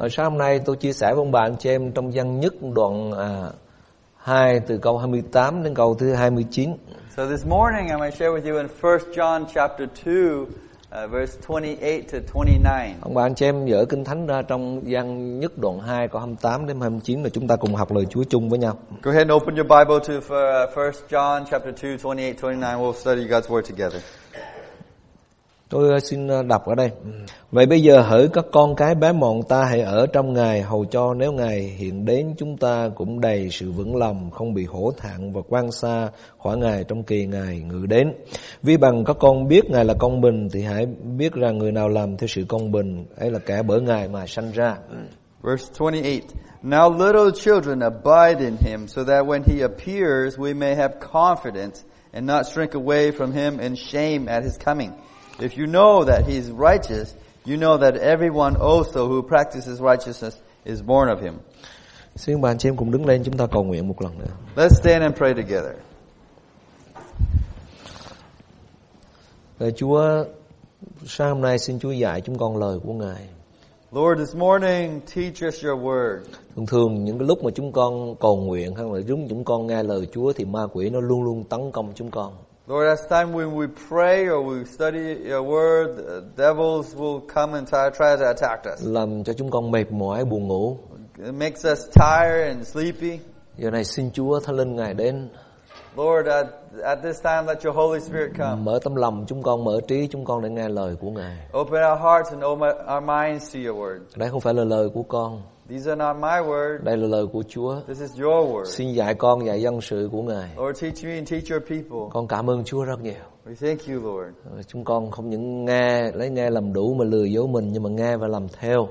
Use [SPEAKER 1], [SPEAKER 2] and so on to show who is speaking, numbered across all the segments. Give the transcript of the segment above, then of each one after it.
[SPEAKER 1] Hồi sáng hôm nay tôi chia sẻ với ông bà anh chị em trong văn nhất đoạn à, 2 từ câu 28 đến câu thứ 29.
[SPEAKER 2] So this morning I'm going to share with you in 1 John chapter 2, uh, verse 28 to 29.
[SPEAKER 1] Ông bà anh chị em dở kinh thánh ra trong văn nhất đoạn 2 câu 28 đến 29 là chúng ta cùng học lời Chúa chung với nhau.
[SPEAKER 2] Go ahead and open your Bible to uh, 1 John chapter 2, 28, 29. We'll study God's word together.
[SPEAKER 1] Tôi ờ, xin ờ, đọc ở đây. Vậy bây giờ hỡi các con cái bé mọn ta hãy ở trong Ngài hầu cho nếu Ngài hiện đến chúng ta cũng đầy sự vững lòng, không bị hổ thẹn và quan xa khỏi Ngài trong kỳ Ngài ngự đến. Vì bằng các con biết Ngài là công bình thì hãy biết rằng người nào làm theo sự công bình ấy là kẻ bởi Ngài mà sanh ra.
[SPEAKER 2] Verse 28. Now little children abide in him so that when he appears we may have confidence and not shrink away from him in shame at his coming. If you know that he is righteous, you know that everyone also who practices righteousness is born of him.
[SPEAKER 1] Xin bạn chị em cùng đứng lên chúng ta cầu nguyện một lần nữa.
[SPEAKER 2] Let's stand and pray together.
[SPEAKER 1] Lời Ờ, Chúa sáng hôm nay xin Chúa dạy chúng con lời của Ngài.
[SPEAKER 2] Lord, this morning teach us your word.
[SPEAKER 1] Thường thường những cái lúc mà chúng con cầu nguyện hay là chúng chúng con nghe lời Chúa thì ma quỷ nó luôn luôn tấn công chúng con.
[SPEAKER 2] Lord, as time when we pray or we study your word, the devils will come and try, try to attack us.
[SPEAKER 1] Làm cho chúng con mệt mỏi buồn ngủ.
[SPEAKER 2] It makes us tired and sleepy.
[SPEAKER 1] Giờ này xin Chúa Thánh Linh Ngài đến
[SPEAKER 2] Lord, at, at this time let your Holy Spirit come.
[SPEAKER 1] mở tâm lòng chúng con, mở trí chúng con để nghe lời của Ngài.
[SPEAKER 2] Open our hearts and open our minds to your word.
[SPEAKER 1] Đây không phải là lời của con,
[SPEAKER 2] These are not my words.
[SPEAKER 1] đây là lời của Chúa.
[SPEAKER 2] This is your word.
[SPEAKER 1] Xin dạy con dạy dân sự của Ngài.
[SPEAKER 2] Lord, teach me and teach your people.
[SPEAKER 1] Con cảm ơn Chúa rất nhiều.
[SPEAKER 2] We thank you, Lord.
[SPEAKER 1] Ờ, Chúng con không những nghe lấy nghe làm đủ mà lừa dối mình nhưng mà nghe và làm theo.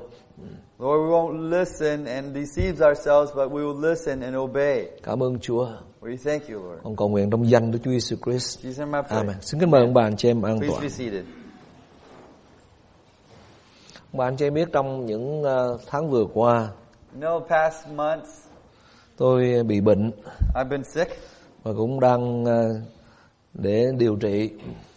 [SPEAKER 2] Lord, we won't listen and deceive ourselves, but we will listen and obey.
[SPEAKER 1] Cảm ơn Chúa.
[SPEAKER 2] We thank you, Lord.
[SPEAKER 1] Con cầu nguyện trong danh của Chúa Giêsu Christ.
[SPEAKER 2] Jesus, my prayer.
[SPEAKER 1] Amen. Xin kính mời ông bà anh chị em an
[SPEAKER 2] Please
[SPEAKER 1] toàn.
[SPEAKER 2] be seated.
[SPEAKER 1] Ông bà anh chị em biết trong những ờ, tháng vừa qua
[SPEAKER 2] You know, past months
[SPEAKER 1] tôi bị bệnh
[SPEAKER 2] I've been sick,
[SPEAKER 1] và cũng đang ờ, để điều trị.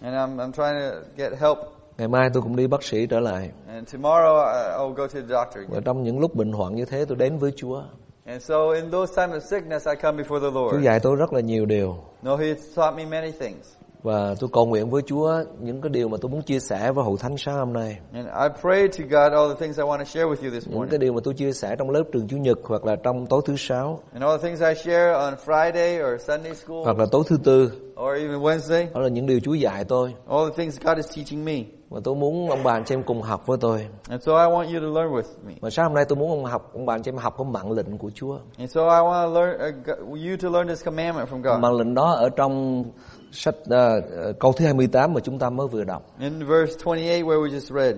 [SPEAKER 2] and I'm I'm trying to get help.
[SPEAKER 1] Ngày mai tôi cũng đi bác sĩ trở lại.
[SPEAKER 2] And tomorrow I- I'll go to the doctor. again.
[SPEAKER 1] Và trong những lúc bệnh hoạn như thế tôi đến với Chúa.
[SPEAKER 2] And so, in those times of sickness, I come before the
[SPEAKER 1] Chúa
[SPEAKER 2] Lord.
[SPEAKER 1] dạy tôi rất là nhiều điều
[SPEAKER 2] No, He's taught me many things,
[SPEAKER 1] và tôi cầu nguyện với Chúa những cái điều mà tôi muốn chia sẻ với hội thánh sáng hôm nay.
[SPEAKER 2] and I pray to God all the things I want to share with you this
[SPEAKER 1] Những
[SPEAKER 2] morning.
[SPEAKER 1] cái điều mà tôi chia sẻ trong lớp trường chủ nhật hoặc là trong tối thứ sáu
[SPEAKER 2] And all the things I share on Friday or Sunday school
[SPEAKER 1] hoặc là tối thứ tư
[SPEAKER 2] or even Wednesday,
[SPEAKER 1] đó là những điều Chúa dạy tôi
[SPEAKER 2] all the things God is teaching me.
[SPEAKER 1] và tôi muốn ông bà anh chị em cùng học với tôi.
[SPEAKER 2] And so I want you to learn with me.
[SPEAKER 1] Mà sáng hôm nay tôi muốn ông học ông bà anh chị em học cái mạng lệnh của Chúa.
[SPEAKER 2] And so I want to learn uh, go- you to learn this commandment from God.
[SPEAKER 1] Mạng lệnh đó ở trong sách ờ, ờ, câu thứ 28 mà chúng ta mới vừa đọc.
[SPEAKER 2] In verse 28 where we just read.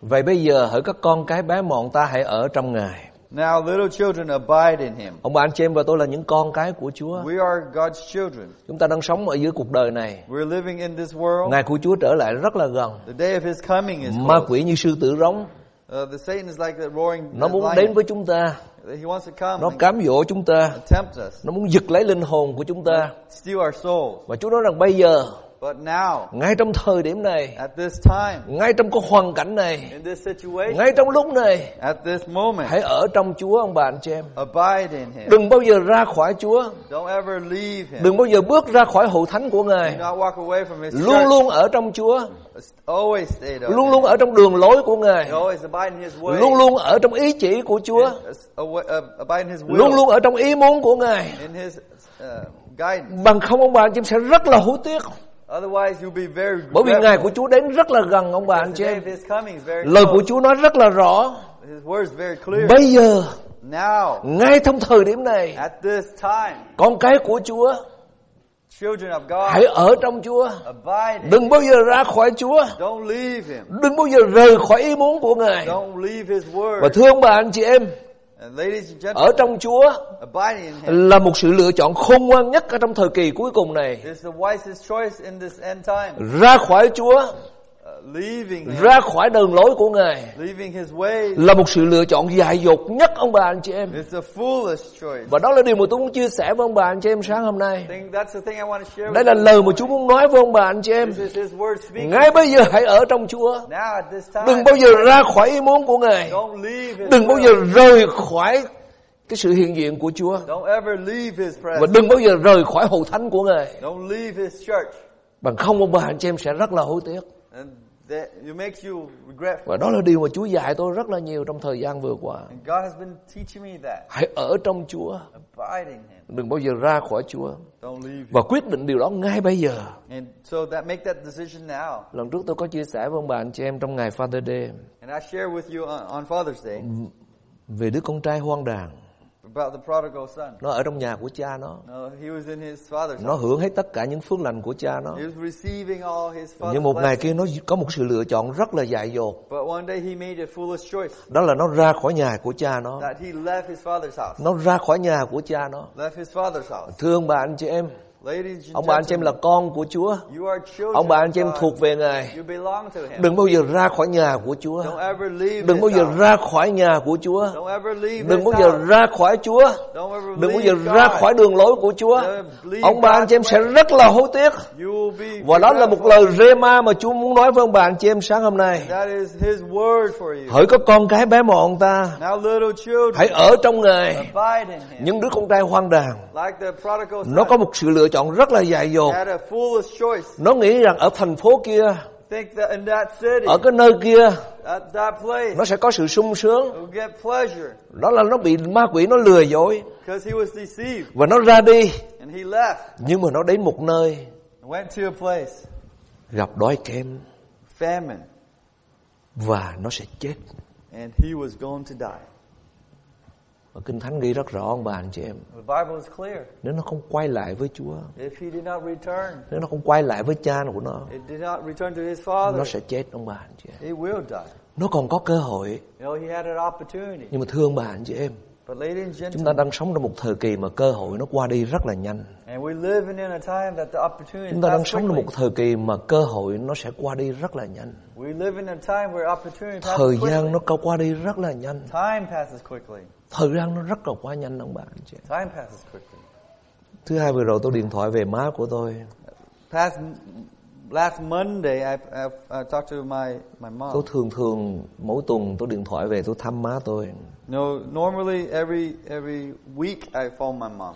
[SPEAKER 1] Vậy bây giờ hỡi các con cái bé mọn ta hãy ở trong Ngài.
[SPEAKER 2] Now little children abide in him.
[SPEAKER 1] Ông bà anh chị em và tôi là những con cái của Chúa.
[SPEAKER 2] We are God's children.
[SPEAKER 1] Chúng ta đang sống ở dưới cuộc đời này.
[SPEAKER 2] We're living in this world.
[SPEAKER 1] Ngày của Chúa trở lại rất là gần.
[SPEAKER 2] The day of his coming is
[SPEAKER 1] Ma
[SPEAKER 2] close.
[SPEAKER 1] quỷ như sư tử rống,
[SPEAKER 2] Uh, the Satan is like the roaring
[SPEAKER 1] nó muốn đến
[SPEAKER 2] lion.
[SPEAKER 1] với chúng ta,
[SPEAKER 2] He wants to come
[SPEAKER 1] nó
[SPEAKER 2] and
[SPEAKER 1] cám dỗ chúng ta,
[SPEAKER 2] tempt us,
[SPEAKER 1] nó muốn giật lấy linh hồn của chúng ta.
[SPEAKER 2] steal our souls.
[SPEAKER 1] Và Chúa nói rằng bây giờ,
[SPEAKER 2] But now,
[SPEAKER 1] ngay trong thời điểm này,
[SPEAKER 2] at this time,
[SPEAKER 1] ngay trong cái hoàn cảnh này,
[SPEAKER 2] in this situation,
[SPEAKER 1] ngay trong lúc này,
[SPEAKER 2] at this moment,
[SPEAKER 1] hãy ở trong Chúa ông bà anh chị em.
[SPEAKER 2] abide in him.
[SPEAKER 1] Đừng bao giờ ra khỏi Chúa,
[SPEAKER 2] Don't ever leave him.
[SPEAKER 1] đừng bao giờ bước ra khỏi hậu thánh của
[SPEAKER 2] Do
[SPEAKER 1] Ngài.
[SPEAKER 2] not walk away from his
[SPEAKER 1] Luôn
[SPEAKER 2] church.
[SPEAKER 1] luôn ở trong Chúa,
[SPEAKER 2] Always stay there.
[SPEAKER 1] luôn luôn ở trong đường lối của Ngài,
[SPEAKER 2] Always abide in his way.
[SPEAKER 1] luôn luôn ở trong ý chỉ của Chúa.
[SPEAKER 2] Awa- uh, abide in His will,
[SPEAKER 1] luôn luôn ở trong ý muốn của Ngài.
[SPEAKER 2] in His uh, guidance.
[SPEAKER 1] Bằng không ông bà anh chị em sẽ rất là hối tiếc.
[SPEAKER 2] Otherwise, you'll be very
[SPEAKER 1] Bởi vì
[SPEAKER 2] regretful.
[SPEAKER 1] ngày của Chúa đến rất là gần ông bà anh
[SPEAKER 2] The
[SPEAKER 1] chị
[SPEAKER 2] day
[SPEAKER 1] em.
[SPEAKER 2] of His coming is very
[SPEAKER 1] Lời của
[SPEAKER 2] close.
[SPEAKER 1] Chúa nói rất là rõ.
[SPEAKER 2] His words very clear.
[SPEAKER 1] Bây giờ,
[SPEAKER 2] now,
[SPEAKER 1] ngay trong thời điểm này,
[SPEAKER 2] at this time,
[SPEAKER 1] con cái của Chúa
[SPEAKER 2] children of God,
[SPEAKER 1] hãy ở trong Chúa.
[SPEAKER 2] abide. in-
[SPEAKER 1] Đừng bao giờ ra khỏi Chúa.
[SPEAKER 2] Don't leave Him.
[SPEAKER 1] Đừng bao giờ rời khỏi ý muốn của Ngài.
[SPEAKER 2] Don't leave His word.
[SPEAKER 1] Và thưa ông bà anh chị em,
[SPEAKER 2] and ladies and gentlemen,
[SPEAKER 1] ở trong Chúa
[SPEAKER 2] abiding in Him
[SPEAKER 1] là một sự lựa chọn khôn ngoan nhất ở trong thời kỳ cuối cùng này.
[SPEAKER 2] is the wisest choice in this end time.
[SPEAKER 1] Ra khỏi Chúa
[SPEAKER 2] Uh, But leaving him,
[SPEAKER 1] ra khỏi đường lối của Ngài
[SPEAKER 2] leaving his ways,
[SPEAKER 1] là một sự lựa chọn dại dột nhất ông bà anh chị em.
[SPEAKER 2] it's a foolish choice.
[SPEAKER 1] Và đó là điều mà tôi muốn chia sẻ với ông bà anh chị em sáng hôm nay.
[SPEAKER 2] I think that's the thing I want to share
[SPEAKER 1] Đây
[SPEAKER 2] with
[SPEAKER 1] là lời mà Chúa muốn nói với ông bà anh chị em.
[SPEAKER 2] you. This is his word speaking.
[SPEAKER 1] Ngay bây giờ hãy ở trong Chúa.
[SPEAKER 2] Now at this time,
[SPEAKER 1] Đừng bao giờ ra khỏi ý muốn của Ngài.
[SPEAKER 2] don't leave his
[SPEAKER 1] Đừng bao
[SPEAKER 2] will.
[SPEAKER 1] giờ rời khỏi cái sự hiện diện của Chúa.
[SPEAKER 2] Don't ever leave his
[SPEAKER 1] Và
[SPEAKER 2] presence.
[SPEAKER 1] đừng bao giờ rời khỏi hậu thánh của Ngài.
[SPEAKER 2] Don't leave his church.
[SPEAKER 1] Bằng không ông bà anh chị em sẽ rất là hối tiếc.
[SPEAKER 2] And that it makes you regretful.
[SPEAKER 1] Và đó là điều mà Chúa dạy tôi rất là nhiều trong thời gian vừa qua.
[SPEAKER 2] And God has been teaching me that.
[SPEAKER 1] Hãy ở trong Chúa.
[SPEAKER 2] Abide in him.
[SPEAKER 1] Đừng bao giờ ra khỏi Chúa.
[SPEAKER 2] Don't leave him.
[SPEAKER 1] Và quyết định điều đó ngay bây giờ.
[SPEAKER 2] And so that make that decision now.
[SPEAKER 1] Lần trước tôi có chia sẻ với ông bà anh chị em trong ngày Father Day
[SPEAKER 2] And I share with you on, on Father's Day
[SPEAKER 1] về đứa con trai hoang đàn.
[SPEAKER 2] about the prodigal son.
[SPEAKER 1] Nó ở trong nhà của cha nó.
[SPEAKER 2] No, he was in his father's house.
[SPEAKER 1] Nó hưởng hết tất cả những phước lành của cha nó.
[SPEAKER 2] He was receiving all his father's
[SPEAKER 1] Nhưng một ngày
[SPEAKER 2] blessings.
[SPEAKER 1] kia nó có một sự lựa chọn rất là dại dột.
[SPEAKER 2] But one day he made a foolish choice
[SPEAKER 1] Đó là nó ra khỏi nhà của cha nó.
[SPEAKER 2] that he left his father's house.
[SPEAKER 1] Nó ra khỏi nhà của cha nó.
[SPEAKER 2] Left his father's house.
[SPEAKER 1] Thưa ông bà anh chị em.
[SPEAKER 2] Ladies and
[SPEAKER 1] Ông bà anh chị em
[SPEAKER 2] gentlemen,
[SPEAKER 1] là con của Chúa.
[SPEAKER 2] you are children
[SPEAKER 1] Ông bà anh chị em
[SPEAKER 2] of God.
[SPEAKER 1] thuộc về Ngài.
[SPEAKER 2] You belong to him.
[SPEAKER 1] Đừng bao giờ ra khỏi nhà của Chúa.
[SPEAKER 2] Don't ever leave
[SPEAKER 1] Đừng bao
[SPEAKER 2] his
[SPEAKER 1] giờ
[SPEAKER 2] house.
[SPEAKER 1] ra khỏi nhà của Chúa.
[SPEAKER 2] Don't ever leave
[SPEAKER 1] Đừng
[SPEAKER 2] his
[SPEAKER 1] bao
[SPEAKER 2] house.
[SPEAKER 1] giờ ra khỏi Chúa.
[SPEAKER 2] Don't ever
[SPEAKER 1] Đừng bao
[SPEAKER 2] leave
[SPEAKER 1] giờ
[SPEAKER 2] God.
[SPEAKER 1] ra khỏi đường lối của Chúa. Ông bà anh chị em sẽ rất là hối tiếc.
[SPEAKER 2] You will be
[SPEAKER 1] Và đó là một
[SPEAKER 2] regretful.
[SPEAKER 1] lời rema mà Chúa muốn nói với ông bà anh chị em sáng hôm nay.
[SPEAKER 2] That is his word for you.
[SPEAKER 1] Hỡi các con cái bé mọn ta,
[SPEAKER 2] Now little children,
[SPEAKER 1] hãy ở trong Ngài.
[SPEAKER 2] abide in him.
[SPEAKER 1] Những đứa con trai hoang đàn,
[SPEAKER 2] Like the prodigal son
[SPEAKER 1] nó có một sự lựa chọn rất là dại dột.
[SPEAKER 2] had a foolish choice.
[SPEAKER 1] Nó nghĩ rằng ở thành phố kia,
[SPEAKER 2] Think that in that city,
[SPEAKER 1] ở cái nơi kia,
[SPEAKER 2] at that place,
[SPEAKER 1] nó sẽ có sự sung sướng.
[SPEAKER 2] will get pleasure.
[SPEAKER 1] Đó là nó bị ma quỷ nó lừa dối.
[SPEAKER 2] Because he was deceived.
[SPEAKER 1] Và nó ra đi,
[SPEAKER 2] And he left.
[SPEAKER 1] nhưng mà nó đến một nơi
[SPEAKER 2] Went to a place.
[SPEAKER 1] gặp đói kém
[SPEAKER 2] Famine.
[SPEAKER 1] và nó sẽ chết.
[SPEAKER 2] And he was going to die.
[SPEAKER 1] Và Kinh Thánh ghi rất rõ ông bà anh chị em.
[SPEAKER 2] The Bible is clear.
[SPEAKER 1] Nếu nó không quay lại với Chúa,
[SPEAKER 2] If he did not return,
[SPEAKER 1] nếu nó không quay lại với cha của nó,
[SPEAKER 2] it did not return to his
[SPEAKER 1] nó
[SPEAKER 2] father,
[SPEAKER 1] sẽ chết ông bà anh chị em.
[SPEAKER 2] he will die.
[SPEAKER 1] Nó còn có cơ hội,
[SPEAKER 2] You know, he had an opportunity.
[SPEAKER 1] nhưng mà thương ông bà anh chị em,
[SPEAKER 2] But ladies and
[SPEAKER 1] chúng
[SPEAKER 2] gentlemen,
[SPEAKER 1] ta đang sống trong một thời kỳ mà cơ hội nó qua đi rất là nhanh.
[SPEAKER 2] and we're living in a time that the opportunity
[SPEAKER 1] Chúng ta đang
[SPEAKER 2] passes
[SPEAKER 1] sống trong một
[SPEAKER 2] quickly.
[SPEAKER 1] thời kỳ mà cơ hội nó sẽ qua đi rất là nhanh.
[SPEAKER 2] We live in a time where
[SPEAKER 1] Thời
[SPEAKER 2] opportunity passes
[SPEAKER 1] gian
[SPEAKER 2] quickly.
[SPEAKER 1] nó cao qua đi rất là nhanh.
[SPEAKER 2] Time passes quickly.
[SPEAKER 1] Thời gian nó rất là quá nhanh ông bà anh chị. em.
[SPEAKER 2] Time passes quickly.
[SPEAKER 1] Thứ hai vừa rồi tôi điện thoại về má của tôi.
[SPEAKER 2] Past last Monday, I, I, I talked to my my
[SPEAKER 1] Tôi
[SPEAKER 2] mom.
[SPEAKER 1] thường thường mỗi tuần tôi điện thoại về tôi thăm má tôi.
[SPEAKER 2] No, normally every every week I phone my mom.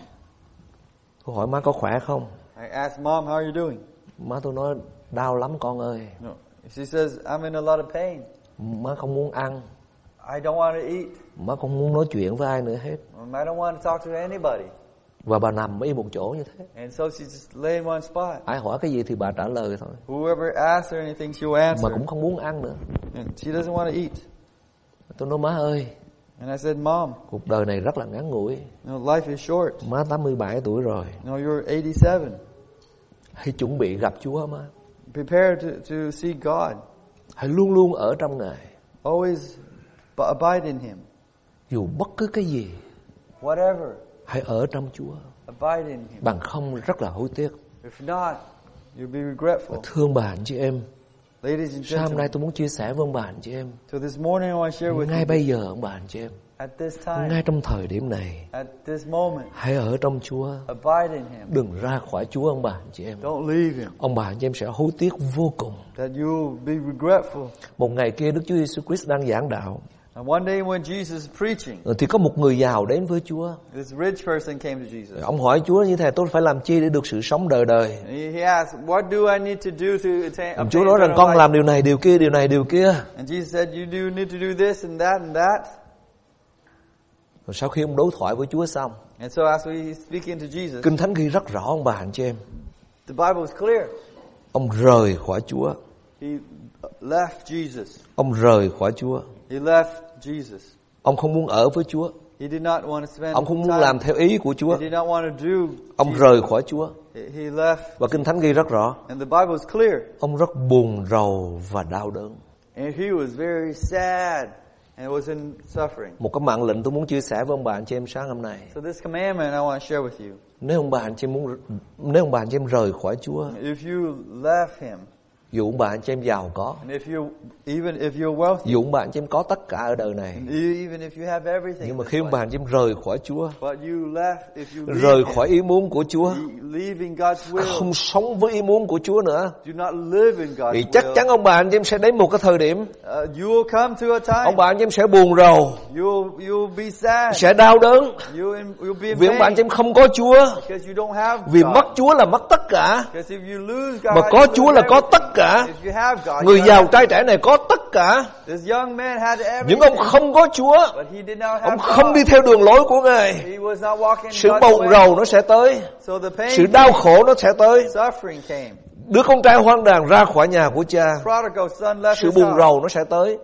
[SPEAKER 1] Tôi hỏi má có khỏe không?
[SPEAKER 2] I ask mom, "How are you doing?"
[SPEAKER 1] Má tôi nói đau lắm con ơi.
[SPEAKER 2] No, she says, "I'm in a lot of pain.
[SPEAKER 1] Má không muốn ăn.
[SPEAKER 2] I don't want to eat.
[SPEAKER 1] Má không muốn nói chuyện với ai nữa hết.
[SPEAKER 2] Um, I don't want to talk to anybody."
[SPEAKER 1] Và bà nằm im một chỗ như thế.
[SPEAKER 2] And so she just lay in one spot.
[SPEAKER 1] Ai hỏi cái gì thì bà trả lời thôi.
[SPEAKER 2] Whoever asks her anything, she'll
[SPEAKER 1] Mà
[SPEAKER 2] answer.
[SPEAKER 1] cũng không muốn ăn nữa.
[SPEAKER 2] And she doesn't want to eat.
[SPEAKER 1] Tôi nói má ơi,
[SPEAKER 2] And I said, "Mom,
[SPEAKER 1] cuộc đời này rất là ngắn ngủi.
[SPEAKER 2] you know, life is short.
[SPEAKER 1] Má 87 tuổi rồi.
[SPEAKER 2] You know, you're 87.
[SPEAKER 1] Hãy chuẩn bị gặp Chúa má.
[SPEAKER 2] Prepare to, to see God.
[SPEAKER 1] Hãy luôn luôn ở trong Ngài.
[SPEAKER 2] Always b- abide in Him.
[SPEAKER 1] Dù bất cứ cái gì,
[SPEAKER 2] Whatever,
[SPEAKER 1] hãy ở trong Chúa.
[SPEAKER 2] abide in Him.
[SPEAKER 1] Bằng không rất là hối tiếc.
[SPEAKER 2] If not, you'll be
[SPEAKER 1] Và
[SPEAKER 2] regretful.
[SPEAKER 1] thương bà anh chị em,
[SPEAKER 2] Ladies and
[SPEAKER 1] Sáng hôm nay
[SPEAKER 2] gentlemen,
[SPEAKER 1] tôi muốn chia sẻ với ông bà anh chị em
[SPEAKER 2] so this morning I want to share with
[SPEAKER 1] Ngay
[SPEAKER 2] you
[SPEAKER 1] bây giờ ông bà anh chị em
[SPEAKER 2] at this time,
[SPEAKER 1] Ngay trong thời điểm này
[SPEAKER 2] at this moment,
[SPEAKER 1] Hãy ở trong Chúa
[SPEAKER 2] abide in Him.
[SPEAKER 1] Đừng ra khỏi Chúa ông bà anh chị em
[SPEAKER 2] Don't leave Him.
[SPEAKER 1] Ông bà anh chị em sẽ hối tiếc vô cùng
[SPEAKER 2] That you'll be regretful.
[SPEAKER 1] Một ngày kia Đức Chúa Giêsu Christ đang giảng đạo
[SPEAKER 2] And one day when Jesus is preaching,
[SPEAKER 1] Thì có một người giàu đến với Chúa
[SPEAKER 2] this rich person came to Jesus.
[SPEAKER 1] Ông hỏi Chúa như thế này Tôi phải làm chi để được sự sống đời đời
[SPEAKER 2] And he he asked, What do I need to do to attain?
[SPEAKER 1] Ông Chúa
[SPEAKER 2] obtain
[SPEAKER 1] nói rằng
[SPEAKER 2] eternal
[SPEAKER 1] con
[SPEAKER 2] life?"
[SPEAKER 1] làm điều này điều kia điều này điều kia
[SPEAKER 2] And Jesus said, You do need to do this and that and that.
[SPEAKER 1] Rồi sau khi ông đối thoại với Chúa xong
[SPEAKER 2] And so as we speaking to Jesus,
[SPEAKER 1] Kinh Thánh ghi rất rõ ông bà anh chị em
[SPEAKER 2] the Bible is clear.
[SPEAKER 1] Ông rời khỏi Chúa
[SPEAKER 2] He left Jesus.
[SPEAKER 1] Ông rời khỏi Chúa
[SPEAKER 2] He left Jesus.
[SPEAKER 1] Ông không muốn ở với Chúa
[SPEAKER 2] He did not want to spend
[SPEAKER 1] Ông không muốn
[SPEAKER 2] time.
[SPEAKER 1] làm theo ý của Chúa
[SPEAKER 2] He did not want to do.
[SPEAKER 1] Ông rời khỏi Chúa
[SPEAKER 2] He- He left.
[SPEAKER 1] Và Kinh Thánh ghi rất rõ
[SPEAKER 2] And the Bible is clear.
[SPEAKER 1] Ông rất buồn rầu và đau đớn
[SPEAKER 2] And he was very sad and was in suffering.
[SPEAKER 1] Một cái mạng lệnh tôi muốn chia sẻ với ông bà anh chị em sáng hôm nay
[SPEAKER 2] So this commandment I want to share with you.
[SPEAKER 1] Nếu ông bà anh chị em muốn Nếu ông bà anh chị em rời khỏi Chúa
[SPEAKER 2] If you left him,
[SPEAKER 1] Dù ông bà anh chị em giàu có,
[SPEAKER 2] And if you even if you're wealthy,
[SPEAKER 1] dù ông bà anh chị em có tất cả ở đời này,
[SPEAKER 2] and e- even if you have everything,
[SPEAKER 1] nhưng
[SPEAKER 2] in
[SPEAKER 1] mà
[SPEAKER 2] this
[SPEAKER 1] khi ông bà
[SPEAKER 2] life,
[SPEAKER 1] anh chị em rời khỏi Chúa,
[SPEAKER 2] but you left if you leave
[SPEAKER 1] rời
[SPEAKER 2] him,
[SPEAKER 1] khỏi ý muốn của Chúa,
[SPEAKER 2] le- leaving God's will,
[SPEAKER 1] Ờ. không sống với ý muốn của Chúa nữa,
[SPEAKER 2] do not live in God's
[SPEAKER 1] thì chắc
[SPEAKER 2] will.
[SPEAKER 1] chắn ông bà anh chị em sẽ đến một cái thời điểm
[SPEAKER 2] Uh, you will come to a
[SPEAKER 1] ông
[SPEAKER 2] time
[SPEAKER 1] bà anh chị em sẽ buồn rầu,
[SPEAKER 2] you'll you'll be sad.
[SPEAKER 1] sẽ đau đớn
[SPEAKER 2] You in, you'll be in
[SPEAKER 1] vì ông bà anh chị
[SPEAKER 2] pain
[SPEAKER 1] em không có Chúa,
[SPEAKER 2] because you don't have
[SPEAKER 1] vì mất
[SPEAKER 2] God.
[SPEAKER 1] Chúa là mất tất cả,
[SPEAKER 2] Because if you lose God,
[SPEAKER 1] mà
[SPEAKER 2] you
[SPEAKER 1] có
[SPEAKER 2] lose
[SPEAKER 1] Chúa là có
[SPEAKER 2] everything.
[SPEAKER 1] tất cả.
[SPEAKER 2] If you have God,
[SPEAKER 1] Người
[SPEAKER 2] you have
[SPEAKER 1] giàu trai trẻ này có tất cả,
[SPEAKER 2] This young man had
[SPEAKER 1] những
[SPEAKER 2] everything,
[SPEAKER 1] ông không có Chúa,
[SPEAKER 2] but he did not
[SPEAKER 1] ông
[SPEAKER 2] have
[SPEAKER 1] không đi
[SPEAKER 2] God.
[SPEAKER 1] theo đường lối của Ngài,
[SPEAKER 2] He was not walking
[SPEAKER 1] sự
[SPEAKER 2] God's
[SPEAKER 1] bồn
[SPEAKER 2] way.
[SPEAKER 1] rầu nó sẽ tới,
[SPEAKER 2] So the
[SPEAKER 1] sự
[SPEAKER 2] pain,
[SPEAKER 1] đau khổ nó sẽ tới.
[SPEAKER 2] suffering came.
[SPEAKER 1] Đứa con trai hoang đàn ra khỏi nhà của cha,
[SPEAKER 2] Prodigal son left
[SPEAKER 1] sự
[SPEAKER 2] his
[SPEAKER 1] buồn
[SPEAKER 2] house.
[SPEAKER 1] rầu nó sẽ tới,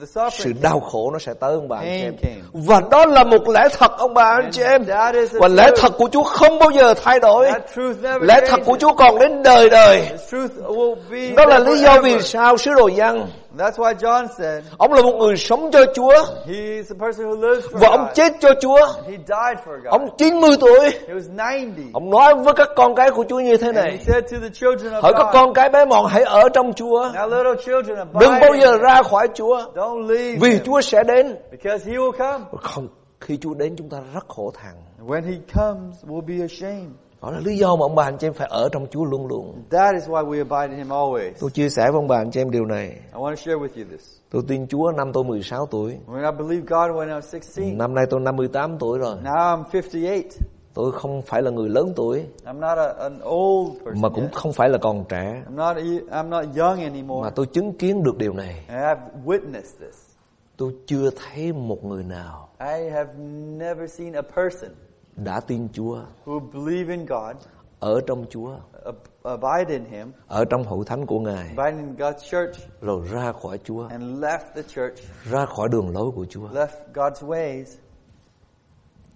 [SPEAKER 2] The
[SPEAKER 1] sự
[SPEAKER 2] suffering.
[SPEAKER 1] đau khổ nó sẽ tới ông bà anh chị
[SPEAKER 2] Pain
[SPEAKER 1] em.
[SPEAKER 2] came.
[SPEAKER 1] Và đó là một lẽ thật ông bà anh chị em.
[SPEAKER 2] That is the
[SPEAKER 1] Và lẽ
[SPEAKER 2] truth.
[SPEAKER 1] thật của Chúa không bao giờ thay đổi.
[SPEAKER 2] That truth never
[SPEAKER 1] Lẽ thật
[SPEAKER 2] changes.
[SPEAKER 1] của Chúa còn đến đời đời.
[SPEAKER 2] His truth will be
[SPEAKER 1] Đó là
[SPEAKER 2] there
[SPEAKER 1] lý do vì
[SPEAKER 2] forever.
[SPEAKER 1] sao sứ đồ Giăng
[SPEAKER 2] That's why John said
[SPEAKER 1] ông là một người sống cho Chúa
[SPEAKER 2] he's a person who lives for
[SPEAKER 1] và ông
[SPEAKER 2] God.
[SPEAKER 1] chết cho Chúa.
[SPEAKER 2] He died for God.
[SPEAKER 1] Ông 90 tuổi,
[SPEAKER 2] he was 90.
[SPEAKER 1] ông nói với các con cái của Chúa như thế
[SPEAKER 2] and
[SPEAKER 1] này:
[SPEAKER 2] he said to the children of
[SPEAKER 1] Hỡi các
[SPEAKER 2] God,
[SPEAKER 1] con cái bé mọn hãy ở trong Chúa,
[SPEAKER 2] now little children abide
[SPEAKER 1] đừng bao
[SPEAKER 2] in
[SPEAKER 1] giờ
[SPEAKER 2] him.
[SPEAKER 1] ra khỏi Chúa,
[SPEAKER 2] Don't leave
[SPEAKER 1] vì
[SPEAKER 2] him,
[SPEAKER 1] Chúa sẽ đến.
[SPEAKER 2] because he will come.
[SPEAKER 1] Không, khi Chúa đến chúng ta rất khổ thằng.
[SPEAKER 2] And When he comes, we'll be ashamed.
[SPEAKER 1] Đó là lý do mà ông bà anh chị em phải ở trong Chúa luôn luôn.
[SPEAKER 2] That is why we abide in him always.
[SPEAKER 1] Tôi chia sẻ với ông bà anh chị em điều này.
[SPEAKER 2] I want to share with you this.
[SPEAKER 1] Tôi tin Chúa năm tôi 16 tuổi.
[SPEAKER 2] When I believed God when I was 16,
[SPEAKER 1] Năm nay tôi 58 tuổi rồi.
[SPEAKER 2] now I'm 58.
[SPEAKER 1] Tôi không phải là người lớn tuổi
[SPEAKER 2] I'm not a, an old person.
[SPEAKER 1] mà cũng
[SPEAKER 2] yet.
[SPEAKER 1] không phải là còn trẻ
[SPEAKER 2] I'm not e- I'm not young anymore.
[SPEAKER 1] mà tôi chứng kiến được điều này.
[SPEAKER 2] And I've witnessed this.
[SPEAKER 1] Tôi chưa thấy một người nào
[SPEAKER 2] I have never seen a person
[SPEAKER 1] đã tin Chúa,
[SPEAKER 2] who believe in God,
[SPEAKER 1] ở trong Chúa,
[SPEAKER 2] ab- abide in him,
[SPEAKER 1] ở trong hội thánh của Ngài
[SPEAKER 2] abide in God's church
[SPEAKER 1] rồi ra khỏi Chúa,
[SPEAKER 2] and left the church,
[SPEAKER 1] ra khỏi đường lối của Chúa.
[SPEAKER 2] left God's ways.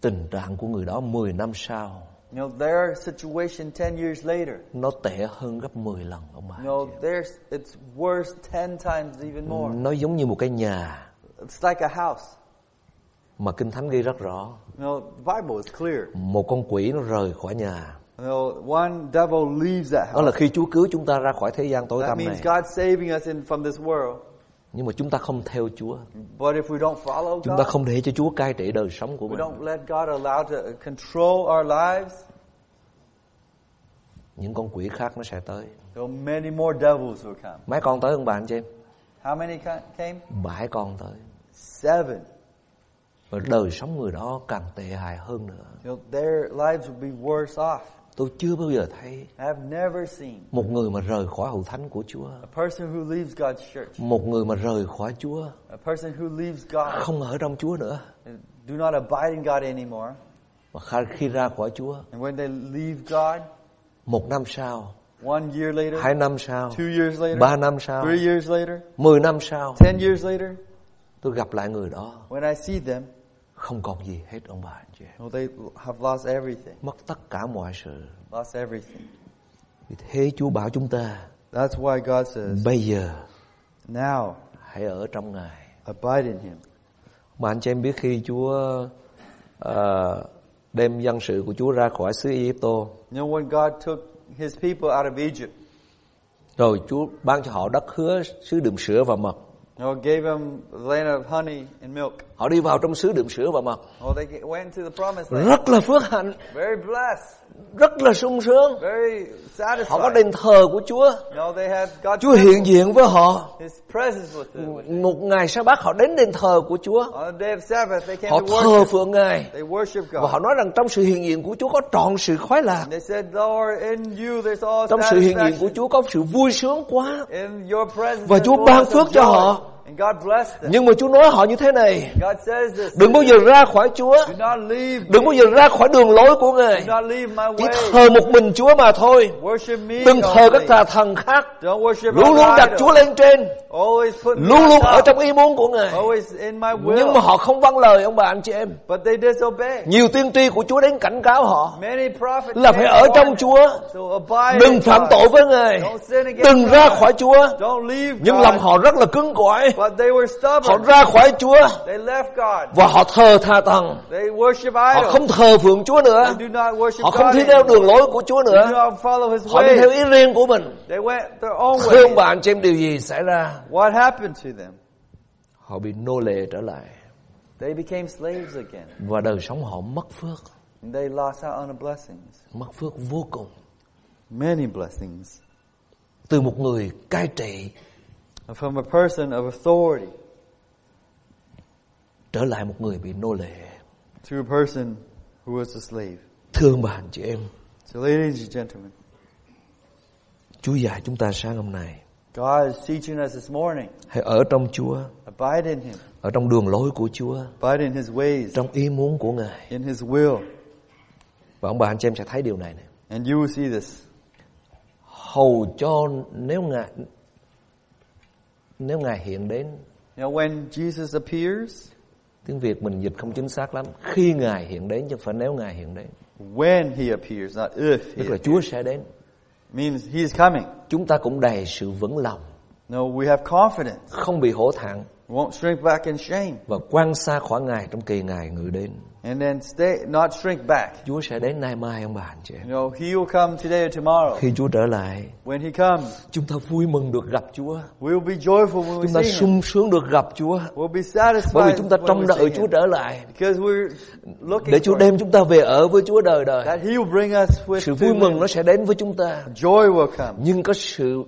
[SPEAKER 1] Tình trạng của người đó 10 năm sau
[SPEAKER 2] You know, their situation 10 years later,
[SPEAKER 1] nó tệ hơn gấp 10 lần ông bà.
[SPEAKER 2] you know, there's, it's worse 10 times even more.
[SPEAKER 1] Nó giống như một cái nhà
[SPEAKER 2] It's like a house.
[SPEAKER 1] mà kinh thánh ghi rất rõ,
[SPEAKER 2] You know, the Bible is clear.
[SPEAKER 1] một con quỷ nó rời khỏi nhà.
[SPEAKER 2] You know, one devil leaves that
[SPEAKER 1] Đó
[SPEAKER 2] house.
[SPEAKER 1] là khi Chúa cứu chúng ta ra khỏi thế gian tối
[SPEAKER 2] That
[SPEAKER 1] tăm
[SPEAKER 2] means
[SPEAKER 1] này.
[SPEAKER 2] God saving us in, from this world.
[SPEAKER 1] Nhưng mà chúng ta không theo Chúa,
[SPEAKER 2] But if we don't follow
[SPEAKER 1] chúng ta
[SPEAKER 2] God,
[SPEAKER 1] không để cho Chúa cai trị đời sống của
[SPEAKER 2] we
[SPEAKER 1] mình.
[SPEAKER 2] don't let God allow to uh, control our lives,
[SPEAKER 1] Những con quỷ khác nó sẽ tới.
[SPEAKER 2] so many more devils will come.
[SPEAKER 1] Mấy con tới ông bà anh chị em?
[SPEAKER 2] How many ca- came?
[SPEAKER 1] Bảy con tới.
[SPEAKER 2] Seven.
[SPEAKER 1] Và đời sống người đó càng tệ hại hơn nữa.
[SPEAKER 2] You know, their lives will be worse off.
[SPEAKER 1] Tôi chưa bao giờ thấy
[SPEAKER 2] I have never seen
[SPEAKER 1] một người mà rời khỏi hậu thánh của Chúa,
[SPEAKER 2] a person who leaves God's church,
[SPEAKER 1] một người mà rời khỏi Chúa,
[SPEAKER 2] a person who leaves God,
[SPEAKER 1] không ở trong Chúa nữa.
[SPEAKER 2] and do not abide in God anymore.
[SPEAKER 1] Mà khi- khi ra khỏi Chúa,
[SPEAKER 2] And when they leave God,
[SPEAKER 1] một năm sau,
[SPEAKER 2] one year later,
[SPEAKER 1] hai năm sau,
[SPEAKER 2] two years later,
[SPEAKER 1] ba năm sau,
[SPEAKER 2] three years later,
[SPEAKER 1] mười năm sau,
[SPEAKER 2] ten years later,
[SPEAKER 1] tôi gặp lại người đó,
[SPEAKER 2] when I see them,
[SPEAKER 1] không còn gì hết ông bà anh chị. em.
[SPEAKER 2] well, they have lost everything.
[SPEAKER 1] Mất tất cả mọi sự.
[SPEAKER 2] Lost everything.
[SPEAKER 1] Vì thế Chúa bảo chúng ta,
[SPEAKER 2] That's why God says,
[SPEAKER 1] bây giờ
[SPEAKER 2] now
[SPEAKER 1] hãy ở trong Ngài.
[SPEAKER 2] abide in Him.
[SPEAKER 1] Mà anh chị em biết khi Chúa ờ, đem dân sự của Chúa ra khỏi xứ Egypto,
[SPEAKER 2] You know, when God took His people out of Egypt,
[SPEAKER 1] rồi Chúa ban cho họ đất hứa xứ đượm sữa và mật.
[SPEAKER 2] you know, gave them the land of honey and milk.
[SPEAKER 1] Họ đi vào trong xứ đượm sữa và mật,
[SPEAKER 2] Oh, they get- went to the promised land.
[SPEAKER 1] rất là phước hạnh,
[SPEAKER 2] Very blessed,
[SPEAKER 1] rất là sung sướng.
[SPEAKER 2] very
[SPEAKER 1] Họ có
[SPEAKER 2] satisfied.
[SPEAKER 1] đền thờ của Chúa,
[SPEAKER 2] No, they had God's
[SPEAKER 1] Chúa hiện diện với họ.
[SPEAKER 2] His presence with them.
[SPEAKER 1] Một ngày sa bát họ đến đền thờ của Chúa,
[SPEAKER 2] On the day of Sabbath, they came
[SPEAKER 1] họ
[SPEAKER 2] to
[SPEAKER 1] thờ
[SPEAKER 2] worship.
[SPEAKER 1] phượng Ngài
[SPEAKER 2] They worship
[SPEAKER 1] và
[SPEAKER 2] God.
[SPEAKER 1] họ nói rằng trong sự hiện diện của Chúa có trọn sự khoái lạc,
[SPEAKER 2] And they said, Lord, in you there's all
[SPEAKER 1] trong sự hiện diện của
[SPEAKER 2] satisfaction.
[SPEAKER 1] Chúa có sự vui sướng quá.
[SPEAKER 2] In your presence
[SPEAKER 1] Và
[SPEAKER 2] there's
[SPEAKER 1] Chúa
[SPEAKER 2] fullness
[SPEAKER 1] ban
[SPEAKER 2] of
[SPEAKER 1] phước cho
[SPEAKER 2] joy.
[SPEAKER 1] họ.
[SPEAKER 2] And God blessed them.
[SPEAKER 1] Nhưng mà Chúa nói họ như thế này,
[SPEAKER 2] God says this.
[SPEAKER 1] đừng bao giờ ra khỏi Chúa,
[SPEAKER 2] Do not leave
[SPEAKER 1] đừng bao giờ ra khỏi đường lối của Ngài,
[SPEAKER 2] Do not leave my
[SPEAKER 1] chỉ
[SPEAKER 2] way.
[SPEAKER 1] thờ một mình Chúa mà thôi.
[SPEAKER 2] Worship me.
[SPEAKER 1] Đừng thờ các
[SPEAKER 2] only.
[SPEAKER 1] tà thần khác
[SPEAKER 2] Don't worship
[SPEAKER 1] Luôn luôn
[SPEAKER 2] other
[SPEAKER 1] đặt
[SPEAKER 2] idols.
[SPEAKER 1] Chúa lên trên
[SPEAKER 2] Always put me
[SPEAKER 1] Luôn
[SPEAKER 2] on
[SPEAKER 1] luôn
[SPEAKER 2] top.
[SPEAKER 1] ở trong ý muốn của Ngài
[SPEAKER 2] Always in my will.
[SPEAKER 1] Nhưng mà họ không vâng lời ông bà anh chị em
[SPEAKER 2] But they disobey.
[SPEAKER 1] Nhiều tiên tri của Chúa đến cảnh cáo họ
[SPEAKER 2] Many prophets
[SPEAKER 1] Là phải
[SPEAKER 2] came
[SPEAKER 1] ở
[SPEAKER 2] and
[SPEAKER 1] trong
[SPEAKER 2] warned.
[SPEAKER 1] Chúa
[SPEAKER 2] So abide
[SPEAKER 1] Đừng
[SPEAKER 2] in
[SPEAKER 1] phạm
[SPEAKER 2] God.
[SPEAKER 1] tội với Ngài
[SPEAKER 2] Don't sin against
[SPEAKER 1] Đừng ra
[SPEAKER 2] God.
[SPEAKER 1] khỏi Chúa
[SPEAKER 2] Don't leave
[SPEAKER 1] Nhưng
[SPEAKER 2] God.
[SPEAKER 1] lòng họ rất là cứng cỏi
[SPEAKER 2] But they were
[SPEAKER 1] Họ
[SPEAKER 2] stubborn.
[SPEAKER 1] ra khỏi Chúa
[SPEAKER 2] They left God.
[SPEAKER 1] và họ thờ tha thần.
[SPEAKER 2] They worship
[SPEAKER 1] Họ
[SPEAKER 2] idols.
[SPEAKER 1] không thờ phượng Chúa nữa.
[SPEAKER 2] They do not worship
[SPEAKER 1] Họ không
[SPEAKER 2] God.
[SPEAKER 1] đi theo
[SPEAKER 2] anymore.
[SPEAKER 1] đường lối của Chúa
[SPEAKER 2] They do
[SPEAKER 1] nữa.
[SPEAKER 2] not follow His
[SPEAKER 1] Họ đi theo
[SPEAKER 2] ways.
[SPEAKER 1] ý riêng của mình.
[SPEAKER 2] They went their own
[SPEAKER 1] Thưa ông
[SPEAKER 2] way.
[SPEAKER 1] bà anh chị em điều gì xảy ra?
[SPEAKER 2] What happened to them?
[SPEAKER 1] Họ bị nô lệ trở lại
[SPEAKER 2] They became slaves again.
[SPEAKER 1] và đời sống họ mất phước,
[SPEAKER 2] And they lost out on the blessings.
[SPEAKER 1] mất phước vô cùng
[SPEAKER 2] Many blessings.
[SPEAKER 1] từ một người cai trị
[SPEAKER 2] From a person of authority
[SPEAKER 1] trở lại một người bị nô lệ.
[SPEAKER 2] to a person who was a slave.
[SPEAKER 1] Thưa ông bà anh chị em,
[SPEAKER 2] So ladies and gentlemen,
[SPEAKER 1] Chúa dạy chúng ta sáng hôm nay
[SPEAKER 2] God is teaching us this morning.
[SPEAKER 1] hãy ở trong Chúa,
[SPEAKER 2] Abide in Him.
[SPEAKER 1] ở trong đường lối của Chúa,
[SPEAKER 2] Abide in His ways.
[SPEAKER 1] trong ý muốn của Ngài.
[SPEAKER 2] In His will.
[SPEAKER 1] Và ông bà anh chị em sẽ thấy điều này này.
[SPEAKER 2] And you will see this.
[SPEAKER 1] Hầu cho nếu Ngài nếu Ngài hiện đến
[SPEAKER 2] Now when Jesus appears,
[SPEAKER 1] tiếng Việt mình dịch không chính xác lắm khi Ngài hiện đến chứ không phải nếu Ngài hiện đến
[SPEAKER 2] when He appears, not if He
[SPEAKER 1] tức là Chúa sẽ đến
[SPEAKER 2] means He's coming.
[SPEAKER 1] chúng ta cũng đầy sự vững lòng
[SPEAKER 2] No, we have confidence.
[SPEAKER 1] không bị hổ thẹn
[SPEAKER 2] We won't shrink back in shame.
[SPEAKER 1] và quan xa khỏi Ngài trong kỳ Ngài ngự đến
[SPEAKER 2] And then stay, not shrink back.
[SPEAKER 1] Chúa sẽ đến nay mai ông bà anh chị em
[SPEAKER 2] You know, He will come today or tomorrow.
[SPEAKER 1] khi Chúa trở lại
[SPEAKER 2] When He comes,
[SPEAKER 1] chúng ta vui mừng được gặp Chúa
[SPEAKER 2] we will be joyful when
[SPEAKER 1] chúng ta
[SPEAKER 2] we see Him.
[SPEAKER 1] sung sướng được gặp Chúa
[SPEAKER 2] We'll
[SPEAKER 1] bởi
[SPEAKER 2] be
[SPEAKER 1] vì
[SPEAKER 2] satisfied
[SPEAKER 1] chúng ta
[SPEAKER 2] when
[SPEAKER 1] trông
[SPEAKER 2] we
[SPEAKER 1] đợi
[SPEAKER 2] see
[SPEAKER 1] Chúa
[SPEAKER 2] Him.
[SPEAKER 1] trở lại
[SPEAKER 2] Because we're looking
[SPEAKER 1] để Chúa Dạ, vâng,
[SPEAKER 2] for him.
[SPEAKER 1] đem chúng ta về ở với Chúa đời đời
[SPEAKER 2] that He will bring us with
[SPEAKER 1] sự vui
[SPEAKER 2] him.
[SPEAKER 1] mừng nó sẽ đến với chúng ta
[SPEAKER 2] Joy will come.
[SPEAKER 1] nhưng có sự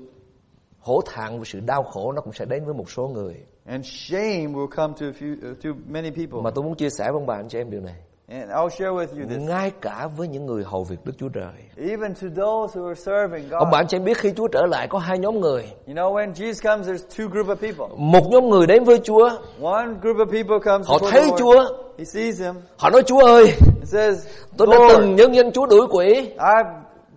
[SPEAKER 1] hổ thẹn và sự đau khổ nó cũng sẽ đến với một số người
[SPEAKER 2] And shame will come to a few, uh, to many people.
[SPEAKER 1] mà tôi muốn chia sẻ với ông bà anh chị em điều này
[SPEAKER 2] And I'll share with you this.
[SPEAKER 1] ngay cả với những người hầu việc Đức Chúa Trời
[SPEAKER 2] Even to those who are serving
[SPEAKER 1] ông
[SPEAKER 2] God.
[SPEAKER 1] bà anh chị em biết khi Chúa trở lại có hai nhóm người
[SPEAKER 2] You know, when Jesus comes, there's two group of people.
[SPEAKER 1] một nhóm người đến với Chúa
[SPEAKER 2] One group of people comes
[SPEAKER 1] họ
[SPEAKER 2] before the
[SPEAKER 1] thấy
[SPEAKER 2] Lord.
[SPEAKER 1] Chúa
[SPEAKER 2] He sees Him
[SPEAKER 1] họ nói Chúa ơi
[SPEAKER 2] and says,
[SPEAKER 1] tôi đã từng
[SPEAKER 2] Lord,
[SPEAKER 1] nhân danh Chúa đuổi quỷ
[SPEAKER 2] I've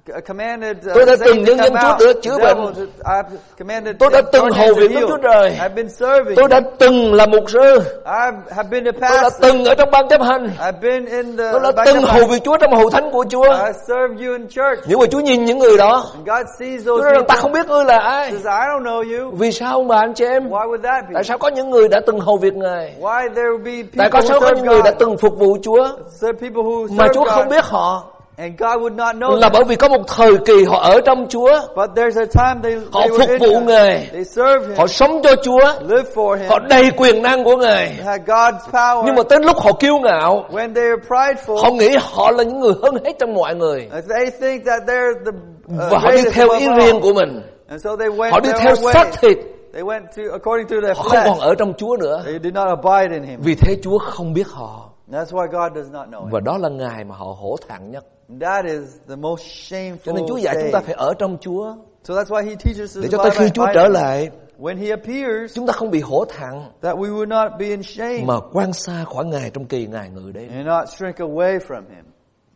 [SPEAKER 2] c- commanded uh,
[SPEAKER 1] Tôi đã từng
[SPEAKER 2] Satan to
[SPEAKER 1] nhân danh
[SPEAKER 2] come
[SPEAKER 1] Chúa
[SPEAKER 2] out.
[SPEAKER 1] để chữa
[SPEAKER 2] The devil
[SPEAKER 1] bệnh.
[SPEAKER 2] to- I've commanded
[SPEAKER 1] Tôi đã
[SPEAKER 2] the
[SPEAKER 1] từng hầu
[SPEAKER 2] Lord to
[SPEAKER 1] việc Đức
[SPEAKER 2] heal.
[SPEAKER 1] Chúa Trời.
[SPEAKER 2] I've been serving.
[SPEAKER 1] tôi đã từng là mục sư
[SPEAKER 2] I've have been a
[SPEAKER 1] tôi đã
[SPEAKER 2] pastor.
[SPEAKER 1] từng ở trong ban chấp hành
[SPEAKER 2] I've been in the
[SPEAKER 1] tôi đã
[SPEAKER 2] back
[SPEAKER 1] từng
[SPEAKER 2] of
[SPEAKER 1] hầu
[SPEAKER 2] my-
[SPEAKER 1] việc Chúa trong hầu thánh của Chúa
[SPEAKER 2] I served you in church.
[SPEAKER 1] nhưng mà Chúa nhìn những người đó
[SPEAKER 2] And God sees
[SPEAKER 1] Chúa
[SPEAKER 2] those
[SPEAKER 1] nói rằng ta
[SPEAKER 2] people.
[SPEAKER 1] không biết ngươi là ai
[SPEAKER 2] He says, I don't know you.
[SPEAKER 1] vì sao ông bà anh chị em
[SPEAKER 2] Why would that be?
[SPEAKER 1] tại sao có những người đã từng hầu việc Ngài
[SPEAKER 2] Why there would be people
[SPEAKER 1] tại có
[SPEAKER 2] who
[SPEAKER 1] sao có
[SPEAKER 2] serve
[SPEAKER 1] những người đã
[SPEAKER 2] God?
[SPEAKER 1] từng phục vụ Chúa
[SPEAKER 2] Serve people who
[SPEAKER 1] mà
[SPEAKER 2] serve
[SPEAKER 1] Chúa không
[SPEAKER 2] God,
[SPEAKER 1] biết họ
[SPEAKER 2] and God would not know
[SPEAKER 1] là
[SPEAKER 2] them.
[SPEAKER 1] bởi vì có một thời kỳ họ ở trong Chúa,
[SPEAKER 2] But there's a time they,
[SPEAKER 1] Họ
[SPEAKER 2] they were
[SPEAKER 1] phục
[SPEAKER 2] in
[SPEAKER 1] vụ
[SPEAKER 2] God.
[SPEAKER 1] Ngài.
[SPEAKER 2] They served Him,
[SPEAKER 1] họ sống cho Chúa,
[SPEAKER 2] lived for Him,
[SPEAKER 1] họ đầy quyền năng của Ngài.
[SPEAKER 2] had God's power.
[SPEAKER 1] Nhưng mà tới lúc họ kiêu ngạo,
[SPEAKER 2] When they are prideful,
[SPEAKER 1] họ nghĩ họ là những người hơn hết trong mọi người
[SPEAKER 2] If They think that they're the uh,
[SPEAKER 1] và họ đi
[SPEAKER 2] greatest
[SPEAKER 1] theo
[SPEAKER 2] above
[SPEAKER 1] ý
[SPEAKER 2] all.
[SPEAKER 1] riêng của mình,
[SPEAKER 2] And so they went
[SPEAKER 1] họ đi
[SPEAKER 2] their
[SPEAKER 1] theo
[SPEAKER 2] own way.
[SPEAKER 1] xác thịt,
[SPEAKER 2] They went to according to their
[SPEAKER 1] họ không còn
[SPEAKER 2] flesh.
[SPEAKER 1] ở trong Chúa nữa.
[SPEAKER 2] They did not abide in him.
[SPEAKER 1] Vì thế Chúa không biết họ
[SPEAKER 2] That's why God does not know him.
[SPEAKER 1] và đó là ngày mà họ hổ thẹn nhất.
[SPEAKER 2] That is the most
[SPEAKER 1] Cho
[SPEAKER 2] shameful
[SPEAKER 1] nên Chúa dạy chúng ta
[SPEAKER 2] day.
[SPEAKER 1] phải ở trong Chúa
[SPEAKER 2] So that's why he teaches us
[SPEAKER 1] để cho tới
[SPEAKER 2] about
[SPEAKER 1] khi Chúa
[SPEAKER 2] abiding.
[SPEAKER 1] trở lại
[SPEAKER 2] When he appears,
[SPEAKER 1] chúng ta không bị hổ thẹn
[SPEAKER 2] that we would not be in shame
[SPEAKER 1] mà quan xa khỏi Ngài trong kỳ Ngài ngự đến.
[SPEAKER 2] and not shrink away from him.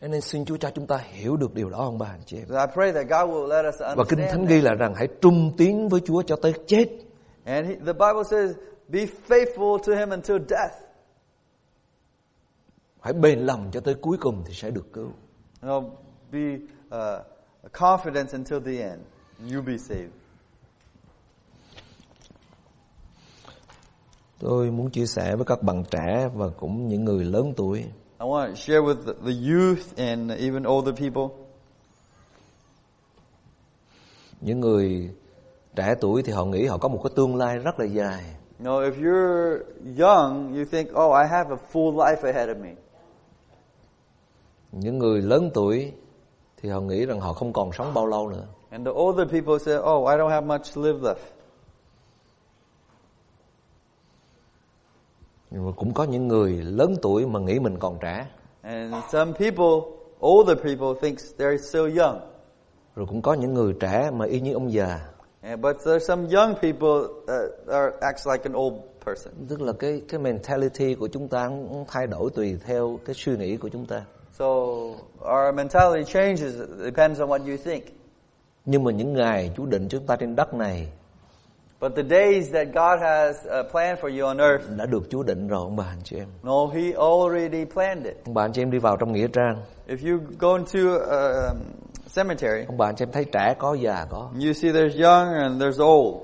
[SPEAKER 1] Cho nên xin Chúa cho chúng ta hiểu được điều đó ông bà anh chị em.
[SPEAKER 2] So I pray that God will let us
[SPEAKER 1] Và Kinh Thánh
[SPEAKER 2] understand.
[SPEAKER 1] ghi là rằng hãy trung tín với Chúa cho tới chết.
[SPEAKER 2] that. And he, the Bible says, be faithful to him until death.
[SPEAKER 1] Hãy bền lòng cho tới cuối cùng thì sẽ được cứu.
[SPEAKER 2] And I'll be uh, confident until the end. You'll be saved.
[SPEAKER 1] Tôi muốn chia sẻ với các bạn trẻ và cũng những người lớn tuổi.
[SPEAKER 2] I want to share with the- the youth and even older people.
[SPEAKER 1] Những người trẻ tuổi thì họ nghĩ họ có một cái tương lai rất là dài.
[SPEAKER 2] You know, if you're young, you think, oh, I have a full life ahead of me.
[SPEAKER 1] Những người lớn tuổi thì họ nghĩ rằng họ không còn sống bao lâu nữa.
[SPEAKER 2] And the older people say, oh, I don't have much to live left.
[SPEAKER 1] Nhưng mà cũng có những người lớn tuổi mà nghĩ mình còn trẻ.
[SPEAKER 2] And some people, older people, thinks they're still young.
[SPEAKER 1] Rồi cũng có những người trẻ mà y như ông già.
[SPEAKER 2] And, but there's some young people that are, acts like an old person.
[SPEAKER 1] Tức là cái cái mentality của chúng ta cũng thay đổi tùy theo cái suy nghĩ của chúng ta.
[SPEAKER 2] So our mentality changes. It depends on what you think.
[SPEAKER 1] Nhưng mà những ngày Chúa định chúng ta trên đất này
[SPEAKER 2] But the days that God has uh, planned for you on earth,
[SPEAKER 1] đã được Chúa định rồi ông bà anh chị em.
[SPEAKER 2] no, He already planned it.
[SPEAKER 1] Ông bà anh chị em đi vào trong nghĩa trang,
[SPEAKER 2] If you go into a um, cemetery,
[SPEAKER 1] ông bà anh chị em thấy trẻ có già có.
[SPEAKER 2] you see there's young and there's old.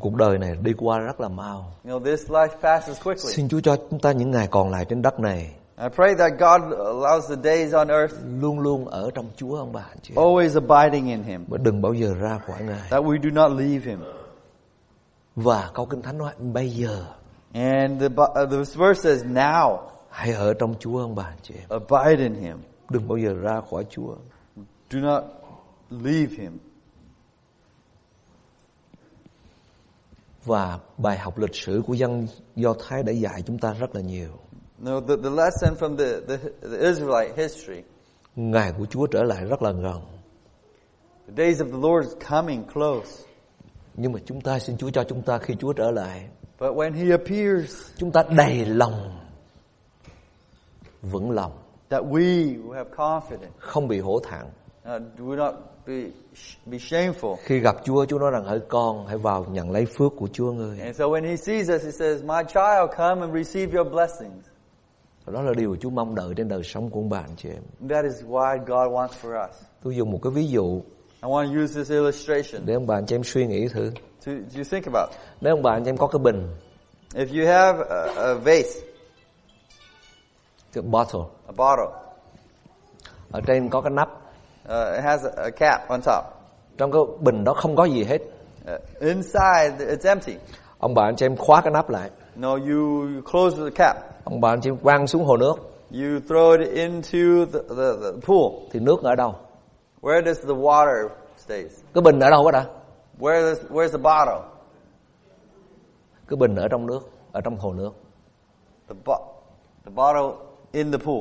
[SPEAKER 1] Cuộc đời này đi qua rất là mau.
[SPEAKER 2] You know, this life passes quickly.
[SPEAKER 1] Xin Chúa cho chúng ta những ngày còn lại trên đất này
[SPEAKER 2] I pray that God allows the days on earth
[SPEAKER 1] luôn luôn ở trong Chúa ông bà anh chị.
[SPEAKER 2] always abiding in Him,
[SPEAKER 1] Và đừng bao giờ ra khỏi Ngài.
[SPEAKER 2] that we do not leave Him.
[SPEAKER 1] Và câu Kinh Thánh nói bây giờ
[SPEAKER 2] And the, Bi- uh, this verse says, now
[SPEAKER 1] hãy ở trong Chúa ông bà anh chị. em.
[SPEAKER 2] abide in Him.
[SPEAKER 1] Đừng bao giờ ra khỏi Chúa.
[SPEAKER 2] Do not leave Him.
[SPEAKER 1] Và bài học lịch sử của dân Do Thái đã dạy chúng ta rất là nhiều.
[SPEAKER 2] No, the, the lesson from the, the, the Israelite history,
[SPEAKER 1] Ngày của Chúa trở lại rất là gần.
[SPEAKER 2] the days of the Lord is coming close.
[SPEAKER 1] Nhưng mà chúng ta xin Chúa cho chúng ta khi Chúa trở lại,
[SPEAKER 2] But when He appears,
[SPEAKER 1] chúng ta đầy lòng, vững lòng,
[SPEAKER 2] that we will have confidence.
[SPEAKER 1] không bị hổ thẹn.
[SPEAKER 2] Uh, do we not be, sh- be shameful.
[SPEAKER 1] Khi gặp Chúa, Chúa nói rằng hỡi con, hãy vào nhận lấy phước của Chúa ngươi.
[SPEAKER 2] And so when He sees us, He says, my child, come and receive your blessings.
[SPEAKER 1] Đó là điều Chúa mong đợi trên đời sống của ông bà anh chị em.
[SPEAKER 2] And that is why God wants for us.
[SPEAKER 1] Tôi dùng một cái ví dụ
[SPEAKER 2] I want to use this illustration
[SPEAKER 1] để ông bà anh chị em suy nghĩ thử.
[SPEAKER 2] to, to think about.
[SPEAKER 1] Nếu ông bà anh chị em có cái bình,
[SPEAKER 2] If you have a, a vase,
[SPEAKER 1] cái bottle,
[SPEAKER 2] a bottle,
[SPEAKER 1] ở trên có cái nắp,
[SPEAKER 2] uh, it has a, a cap on top.
[SPEAKER 1] trong cái bình đó không có gì hết.
[SPEAKER 2] Uh, inside, it's empty.
[SPEAKER 1] Ông bà anh chị em khóa cái nắp lại,
[SPEAKER 2] No, you, you close the cap.
[SPEAKER 1] ông bà anh chị em quăng xuống hồ nước,
[SPEAKER 2] You throw it into the, the, the pool.
[SPEAKER 1] thì nước ở đâu?
[SPEAKER 2] Where does the water stays?
[SPEAKER 1] Cái bình ở đâu hết đã?
[SPEAKER 2] Where is, where's the bottle?
[SPEAKER 1] Cái bình ở trong nước, ở trong hồ nước.
[SPEAKER 2] The, bo- the bottle in the pool,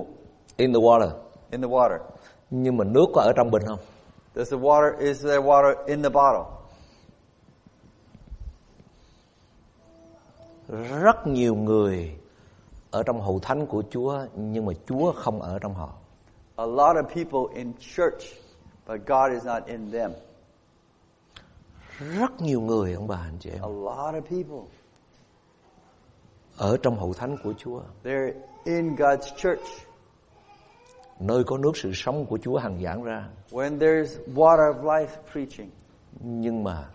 [SPEAKER 1] In the water.
[SPEAKER 2] in the water.
[SPEAKER 1] Nhưng mà nước có ở trong bình không?
[SPEAKER 2] Does the water, is there water in the bottle?
[SPEAKER 1] Rất nhiều người ở trong hậu thánh của Chúa nhưng mà Chúa không ở trong họ.
[SPEAKER 2] A lot of people in church, but God is not in them.
[SPEAKER 1] Rất nhiều người ông bà anh chị em
[SPEAKER 2] A lot of people.
[SPEAKER 1] ở trong hậu thánh của Chúa,
[SPEAKER 2] They're in God's church.
[SPEAKER 1] nơi có nước sự sống của Chúa hằng giảng ra,
[SPEAKER 2] When there's water of life preaching,
[SPEAKER 1] nhưng mà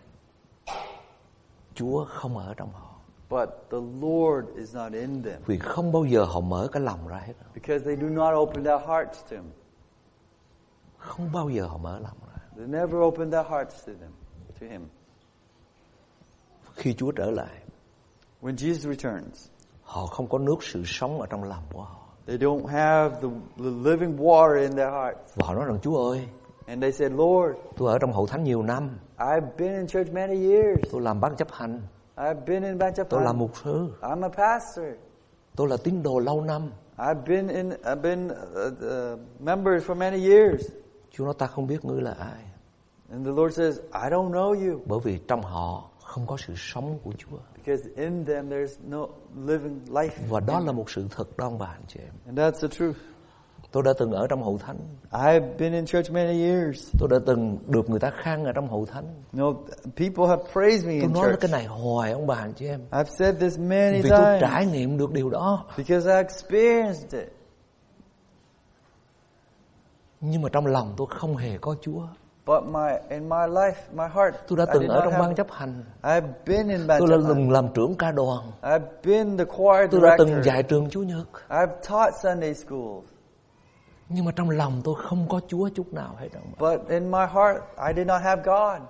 [SPEAKER 1] Chúa không ở trong họ
[SPEAKER 2] but the Lord is not in them
[SPEAKER 1] vì không bao giờ họ mở cái lòng ra hết,
[SPEAKER 2] because they do not open their hearts to Him.
[SPEAKER 1] không bao giờ họ mở lòng ra.
[SPEAKER 2] They never open their hearts to them, to Him.
[SPEAKER 1] Khi Chúa trở lại,
[SPEAKER 2] When Jesus returns,
[SPEAKER 1] họ không có nước sự sống ở trong lòng của họ.
[SPEAKER 2] they don't have the, the living water in their hearts,
[SPEAKER 1] Và họ nói rằng Chúa ơi,
[SPEAKER 2] and they said, "Lord,
[SPEAKER 1] tôi ở trong hậu thánh nhiều năm,
[SPEAKER 2] I've been in church many years.
[SPEAKER 1] tôi làm ban chấp hành,
[SPEAKER 2] I've been in
[SPEAKER 1] tôi là
[SPEAKER 2] Baptist.
[SPEAKER 1] mục sư,
[SPEAKER 2] I'm a pastor.
[SPEAKER 1] tôi là tín đồ lâu năm.
[SPEAKER 2] I've been in. I've been a, a member for many years."
[SPEAKER 1] Chúa nói ta không biết ngươi là ai,
[SPEAKER 2] And the Lord says, "I don't know you."
[SPEAKER 1] bởi vì trong họ không có sự sống của Chúa.
[SPEAKER 2] Because in them there's no living life.
[SPEAKER 1] Và đó là một sự thật đó ông bà anh chị em.
[SPEAKER 2] And that's the truth.
[SPEAKER 1] Tôi đã từng ở trong hậu thánh,
[SPEAKER 2] I've been in church many years.
[SPEAKER 1] tôi đã từng được người ta khen ở trong hậu thánh.
[SPEAKER 2] You know, th- people have praised me
[SPEAKER 1] Tôi
[SPEAKER 2] in
[SPEAKER 1] nói
[SPEAKER 2] church.
[SPEAKER 1] cái này hoài ông bà anh chị em,
[SPEAKER 2] I've said this many
[SPEAKER 1] vì tôi
[SPEAKER 2] times
[SPEAKER 1] trải nghiệm được điều đó.
[SPEAKER 2] because I experienced it.
[SPEAKER 1] Nhưng mà trong lòng tôi không hề có Chúa.
[SPEAKER 2] But my in my life, my heart,
[SPEAKER 1] Tôi đã
[SPEAKER 2] I
[SPEAKER 1] từng
[SPEAKER 2] did
[SPEAKER 1] ở
[SPEAKER 2] not
[SPEAKER 1] trong
[SPEAKER 2] have-
[SPEAKER 1] ban chấp hành,
[SPEAKER 2] I've been in
[SPEAKER 1] tôi đã
[SPEAKER 2] baptism.
[SPEAKER 1] từng làm trưởng ca đoàn,
[SPEAKER 2] I've been the choir
[SPEAKER 1] tôi đã từng
[SPEAKER 2] director.
[SPEAKER 1] dạy trường Chúa Nhật.
[SPEAKER 2] I've taught Sunday school.
[SPEAKER 1] Nhưng mà trong lòng tôi không có Chúa chút nào hết ông bà.
[SPEAKER 2] But in my heart, I did not have God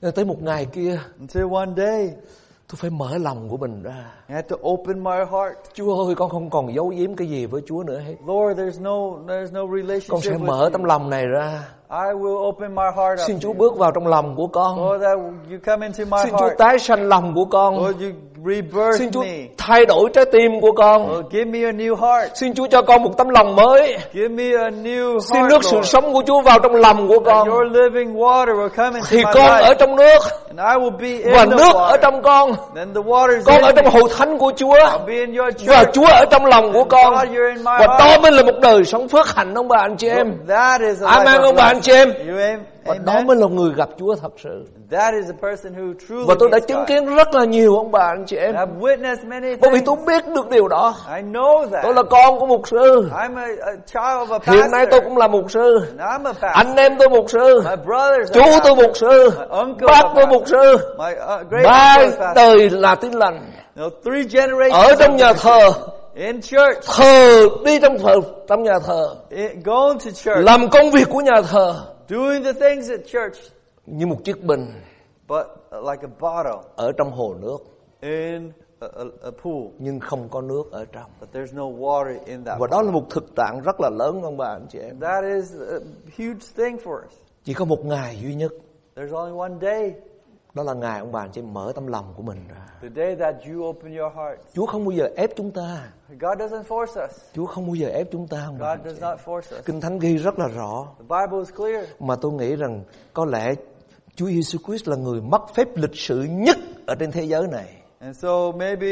[SPEAKER 1] Rồi Tới một ngày kia
[SPEAKER 2] until one day
[SPEAKER 1] tôi phải mở lòng của mình ra.
[SPEAKER 2] I had to open my heart.
[SPEAKER 1] Chúa ơi con không còn giấu giếm cái gì với Chúa nữa hết.
[SPEAKER 2] Lord, there's no there's no
[SPEAKER 1] Con
[SPEAKER 2] relationship
[SPEAKER 1] sẽ
[SPEAKER 2] with
[SPEAKER 1] mở
[SPEAKER 2] you.
[SPEAKER 1] tấm lòng này ra.
[SPEAKER 2] I will open my heart up.
[SPEAKER 1] Xin
[SPEAKER 2] to
[SPEAKER 1] Chúa
[SPEAKER 2] you.
[SPEAKER 1] bước vào trong lòng của con.
[SPEAKER 2] Lord, that you come into my
[SPEAKER 1] Xin Chúa
[SPEAKER 2] heart.
[SPEAKER 1] tái sanh lòng của con.
[SPEAKER 2] Lord, you rebirth
[SPEAKER 1] Xin Chúa
[SPEAKER 2] me.
[SPEAKER 1] thay đổi trái tim của con.
[SPEAKER 2] Lord, give me a new heart.
[SPEAKER 1] Xin Chúa cho con một tấm lòng mới.
[SPEAKER 2] Give me a new
[SPEAKER 1] Xin
[SPEAKER 2] heart,
[SPEAKER 1] nước sự
[SPEAKER 2] Lord.
[SPEAKER 1] sống của Chúa vào trong lòng của
[SPEAKER 2] That
[SPEAKER 1] con.
[SPEAKER 2] your living water will come into
[SPEAKER 1] Thì
[SPEAKER 2] my
[SPEAKER 1] con ở
[SPEAKER 2] life.
[SPEAKER 1] trong nước
[SPEAKER 2] And I will be in
[SPEAKER 1] và
[SPEAKER 2] the
[SPEAKER 1] nước ở
[SPEAKER 2] water.
[SPEAKER 1] trong con.
[SPEAKER 2] Then the water is
[SPEAKER 1] Con ở
[SPEAKER 2] in
[SPEAKER 1] trong
[SPEAKER 2] me.
[SPEAKER 1] hậu thánh của Chúa
[SPEAKER 2] I'll be in your
[SPEAKER 1] và
[SPEAKER 2] church.
[SPEAKER 1] Chúa ở trong lòng của con.
[SPEAKER 2] God, you're in my
[SPEAKER 1] Và đó
[SPEAKER 2] heart.
[SPEAKER 1] mới là một đời sống phước hạnh ông bà anh chị em.
[SPEAKER 2] That is a
[SPEAKER 1] Amen
[SPEAKER 2] life of
[SPEAKER 1] ông bà anh chị em
[SPEAKER 2] You am,
[SPEAKER 1] và đó
[SPEAKER 2] amen?
[SPEAKER 1] mới là người gặp Chúa thật sự
[SPEAKER 2] That is a person who truly
[SPEAKER 1] và tôi đã
[SPEAKER 2] meets
[SPEAKER 1] chứng
[SPEAKER 2] God.
[SPEAKER 1] kiến rất là nhiều ông bà anh chị em
[SPEAKER 2] And I've witnessed many
[SPEAKER 1] bởi vì
[SPEAKER 2] things.
[SPEAKER 1] tôi biết được điều đó
[SPEAKER 2] I know that.
[SPEAKER 1] tôi là con của mục sư
[SPEAKER 2] I'm a, a child of a pastor.
[SPEAKER 1] hiện nay tôi cũng là mục sư
[SPEAKER 2] And I'm a pastor.
[SPEAKER 1] anh em tôi mục sư
[SPEAKER 2] My brothers
[SPEAKER 1] chú
[SPEAKER 2] are
[SPEAKER 1] tôi mục
[SPEAKER 2] pastors.
[SPEAKER 1] sư bác tôi mục sư
[SPEAKER 2] My uh, great
[SPEAKER 1] ba
[SPEAKER 2] uncle is pastor.
[SPEAKER 1] đời là tin lành
[SPEAKER 2] No, three generations
[SPEAKER 1] ở trong
[SPEAKER 2] of
[SPEAKER 1] nhà
[SPEAKER 2] ministry.
[SPEAKER 1] thờ
[SPEAKER 2] in church,
[SPEAKER 1] thờ đi trong thờ trong nhà thờ
[SPEAKER 2] in, going to church,
[SPEAKER 1] làm công việc của nhà thờ
[SPEAKER 2] doing the things at church,
[SPEAKER 1] như một chiếc bình
[SPEAKER 2] but uh, like a bottle
[SPEAKER 1] ở trong hồ nước
[SPEAKER 2] in a, a, a pool,
[SPEAKER 1] nhưng không có nước ở trong
[SPEAKER 2] but there's no water in that.
[SPEAKER 1] và đó là một thực trạng rất là lớn ông bà anh chị em
[SPEAKER 2] That is a huge thing for us.
[SPEAKER 1] chỉ có một ngày duy nhất
[SPEAKER 2] There's only one day,
[SPEAKER 1] đó là ngày ông bà anh chị em mở tấm lòng của mình ra
[SPEAKER 2] the day that you open your heart.
[SPEAKER 1] Chúa không bao giờ ép chúng ta
[SPEAKER 2] God doesn't force us.
[SPEAKER 1] Chúa không bao giờ ép chúng ta ông bà anh
[SPEAKER 2] God
[SPEAKER 1] chị
[SPEAKER 2] does
[SPEAKER 1] em.
[SPEAKER 2] not force us.
[SPEAKER 1] kinh thánh ghi rất là rõ
[SPEAKER 2] The Bible is clear.
[SPEAKER 1] mà tôi nghĩ rằng có lẽ Chúa Giêsu Christ là người mất phép lịch sử nhất ở trên thế giới này.
[SPEAKER 2] And so maybe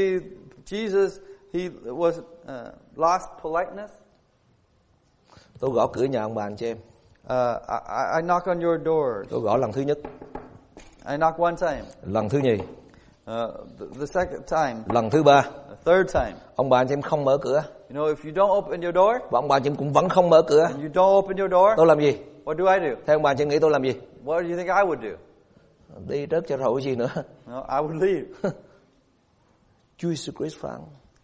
[SPEAKER 2] Jesus, he was uh, lost politeness.
[SPEAKER 1] Tôi gõ cửa nhà ông bà anh chị em.
[SPEAKER 2] Uh, I- I, I knock on your door.
[SPEAKER 1] Tôi gõ lần thứ nhất,
[SPEAKER 2] I knock one time,
[SPEAKER 1] lần thứ nhì,
[SPEAKER 2] uh, the, the second time,
[SPEAKER 1] lần thứ ba.
[SPEAKER 2] the third time.
[SPEAKER 1] Ông bà anh chị em không mở cửa
[SPEAKER 2] You know, if you don't open your door,
[SPEAKER 1] và ông bà anh chị em cũng vẫn không mở cửa.
[SPEAKER 2] and you don't open your door,
[SPEAKER 1] Tôi làm gì?
[SPEAKER 2] what do I do?
[SPEAKER 1] Theo ông bà anh chị em nghĩ tôi làm gì?
[SPEAKER 2] What do you think I would do?
[SPEAKER 1] Đi rớt cho rồi gì nữa.
[SPEAKER 2] No, I would leave.
[SPEAKER 1] Chúa Giêsu Christ phán,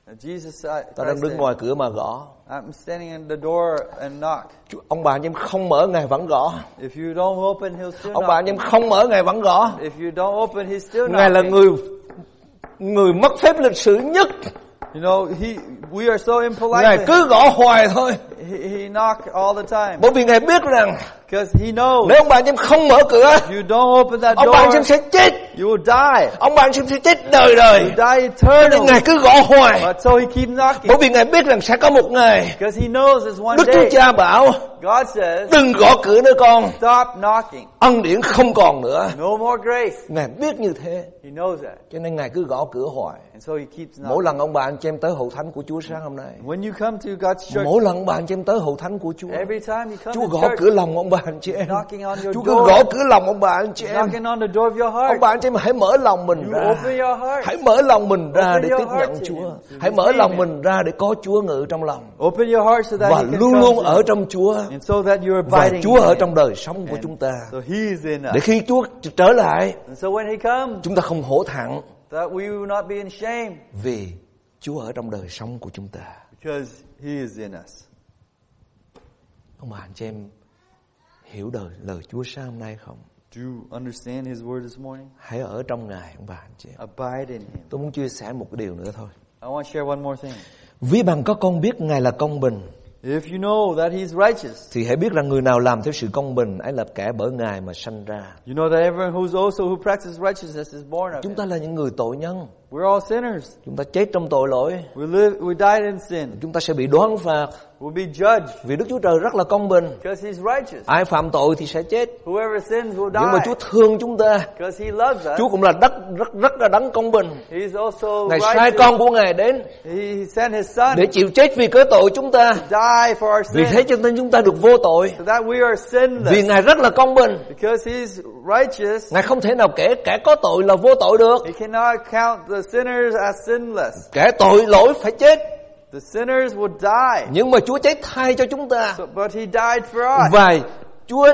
[SPEAKER 2] And Jesus, I,
[SPEAKER 1] ta đang đứng ngoài cửa mà gõ.
[SPEAKER 2] I'm standing in the door and knock.
[SPEAKER 1] Chúa- Ông bà anh chị em không mở ngài vẫn gõ.
[SPEAKER 2] If you don't open, he'll still
[SPEAKER 1] Ông bà
[SPEAKER 2] knock.
[SPEAKER 1] anh chị em không mở ngài vẫn gõ.
[SPEAKER 2] If you don't open, he's still
[SPEAKER 1] Ngài là
[SPEAKER 2] knocking.
[SPEAKER 1] người người mất phép lịch sử nhất.
[SPEAKER 2] You know, he, we are so
[SPEAKER 1] Ngài
[SPEAKER 2] impolite. to him.
[SPEAKER 1] cứ gõ hoài thôi.
[SPEAKER 2] He, he knock all the time.
[SPEAKER 1] Bởi vì Ngài biết rằng
[SPEAKER 2] Because he knows
[SPEAKER 1] nếu ông bà anh chị em không mở cửa,
[SPEAKER 2] if you don't open that
[SPEAKER 1] ông bà anh chị em
[SPEAKER 2] door,
[SPEAKER 1] sẽ chết.
[SPEAKER 2] you will die.
[SPEAKER 1] Ông bà anh chị em sẽ chết đời đời.
[SPEAKER 2] You die
[SPEAKER 1] Cho nên Ngài
[SPEAKER 2] eternally.
[SPEAKER 1] cứ gõ hoài.
[SPEAKER 2] But so he keeps knocking.
[SPEAKER 1] Bởi vì Ngài biết rằng sẽ có một ngày
[SPEAKER 2] Because he knows it's one
[SPEAKER 1] Đức Chúa
[SPEAKER 2] day.
[SPEAKER 1] Cha bảo
[SPEAKER 2] God says,
[SPEAKER 1] đừng gõ cửa nữa con.
[SPEAKER 2] stop knocking.
[SPEAKER 1] Ân điển không còn nữa.
[SPEAKER 2] No more grace.
[SPEAKER 1] Ngài biết như thế.
[SPEAKER 2] He knows that.
[SPEAKER 1] Cho nên Ngài cứ gõ cửa hoài.
[SPEAKER 2] And so he keeps knocking.
[SPEAKER 1] Mỗi lần ông bà anh chị em tới hậu thánh của Chúa sáng hôm nay.
[SPEAKER 2] When you come to God's church,
[SPEAKER 1] Mỗi lần ông bà anh chị em tới hậu thánh của Chúa.
[SPEAKER 2] Dạ. every time you come
[SPEAKER 1] Chúa
[SPEAKER 2] to
[SPEAKER 1] gõ
[SPEAKER 2] church,
[SPEAKER 1] cửa lòng ông bà anh chị em.
[SPEAKER 2] knocking on your
[SPEAKER 1] Chúa cứ
[SPEAKER 2] door,
[SPEAKER 1] gõ cửa lòng ông bà anh chị em.
[SPEAKER 2] knocking on the door of your
[SPEAKER 1] Ông
[SPEAKER 2] heart,
[SPEAKER 1] bà anh chị em hãy mở lòng mình
[SPEAKER 2] you
[SPEAKER 1] ra.
[SPEAKER 2] open your heart.
[SPEAKER 1] Hãy mở lòng mình ra
[SPEAKER 2] Open
[SPEAKER 1] để
[SPEAKER 2] your
[SPEAKER 1] tiếp
[SPEAKER 2] heart
[SPEAKER 1] nhận
[SPEAKER 2] to
[SPEAKER 1] Chúa.
[SPEAKER 2] him, to
[SPEAKER 1] Hãy mở
[SPEAKER 2] receive
[SPEAKER 1] lòng
[SPEAKER 2] him.
[SPEAKER 1] mình ra để có Chúa ngự trong lòng.
[SPEAKER 2] Open your heart so that
[SPEAKER 1] Và
[SPEAKER 2] he can
[SPEAKER 1] luôn
[SPEAKER 2] come
[SPEAKER 1] luôn
[SPEAKER 2] to
[SPEAKER 1] ở
[SPEAKER 2] you.
[SPEAKER 1] trong Chúa.
[SPEAKER 2] And so that you're
[SPEAKER 1] Và
[SPEAKER 2] abiding
[SPEAKER 1] Chúa
[SPEAKER 2] in
[SPEAKER 1] ở
[SPEAKER 2] him.
[SPEAKER 1] trong đời sống của
[SPEAKER 2] And
[SPEAKER 1] chúng ta.
[SPEAKER 2] So he is in
[SPEAKER 1] Để
[SPEAKER 2] us.
[SPEAKER 1] khi Chúa trở lại,
[SPEAKER 2] And so when he comes,
[SPEAKER 1] chúng ta không hổ thẳng
[SPEAKER 2] that we will not be in shame
[SPEAKER 1] vì Chúa ở trong đời sống của chúng ta.
[SPEAKER 2] because he is in us.
[SPEAKER 1] Ông bà anh chị em hiểu đời lời Chúa sáng hôm nay không?
[SPEAKER 2] Do you understand his word this morning?
[SPEAKER 1] Hãy ở trong Ngài ông bà anh chị em.
[SPEAKER 2] Abide in him.
[SPEAKER 1] Tôi muốn chia sẻ một cái điều nữa thôi.
[SPEAKER 2] I want to share one more thing.
[SPEAKER 1] Ví bằng có con biết Ngài là công bình
[SPEAKER 2] If you know that he's righteous,
[SPEAKER 1] thì hãy biết rằng người nào làm theo sự công bình ấy là kẻ bởi Ngài mà sanh ra.
[SPEAKER 2] you know that everyone who's also who practices righteousness is born of
[SPEAKER 1] Chúng
[SPEAKER 2] him.
[SPEAKER 1] ta là những người tội nhân,
[SPEAKER 2] We're all sinners.
[SPEAKER 1] chúng ta chết trong tội lỗi,
[SPEAKER 2] We live, we died in sin.
[SPEAKER 1] chúng ta sẽ bị đoán phạt
[SPEAKER 2] We'll be judged
[SPEAKER 1] vì Đức Chúa Trời rất là công bình.
[SPEAKER 2] because he's righteous.
[SPEAKER 1] Ai phạm tội thì sẽ chết.
[SPEAKER 2] Whoever sins will
[SPEAKER 1] Nhưng mà Chúa
[SPEAKER 2] die
[SPEAKER 1] thương chúng ta.
[SPEAKER 2] because he loves us.
[SPEAKER 1] Chúa cũng là đất rất rất là đấng công bình.
[SPEAKER 2] He's also
[SPEAKER 1] Ngài sai
[SPEAKER 2] righteous.
[SPEAKER 1] con của Ngài đến
[SPEAKER 2] He, he sent his son
[SPEAKER 1] để
[SPEAKER 2] to
[SPEAKER 1] chịu chết vì cớ tội chúng ta.
[SPEAKER 2] die for our
[SPEAKER 1] Vì thế
[SPEAKER 2] sins
[SPEAKER 1] cho nên chúng ta được vô tội.
[SPEAKER 2] so that we are
[SPEAKER 1] Vì
[SPEAKER 2] sinless
[SPEAKER 1] Ngài rất là công bình.
[SPEAKER 2] because he's righteous.
[SPEAKER 1] Ngài không thể nào kể kẻ có tội là vô tội được.
[SPEAKER 2] He cannot count the sinners as sinless.
[SPEAKER 1] Kẻ tội lỗi phải chết.
[SPEAKER 2] The sinners will die.
[SPEAKER 1] Nhưng mà Chúa chết thay cho chúng ta.
[SPEAKER 2] So, but he died for us.
[SPEAKER 1] Và Chúa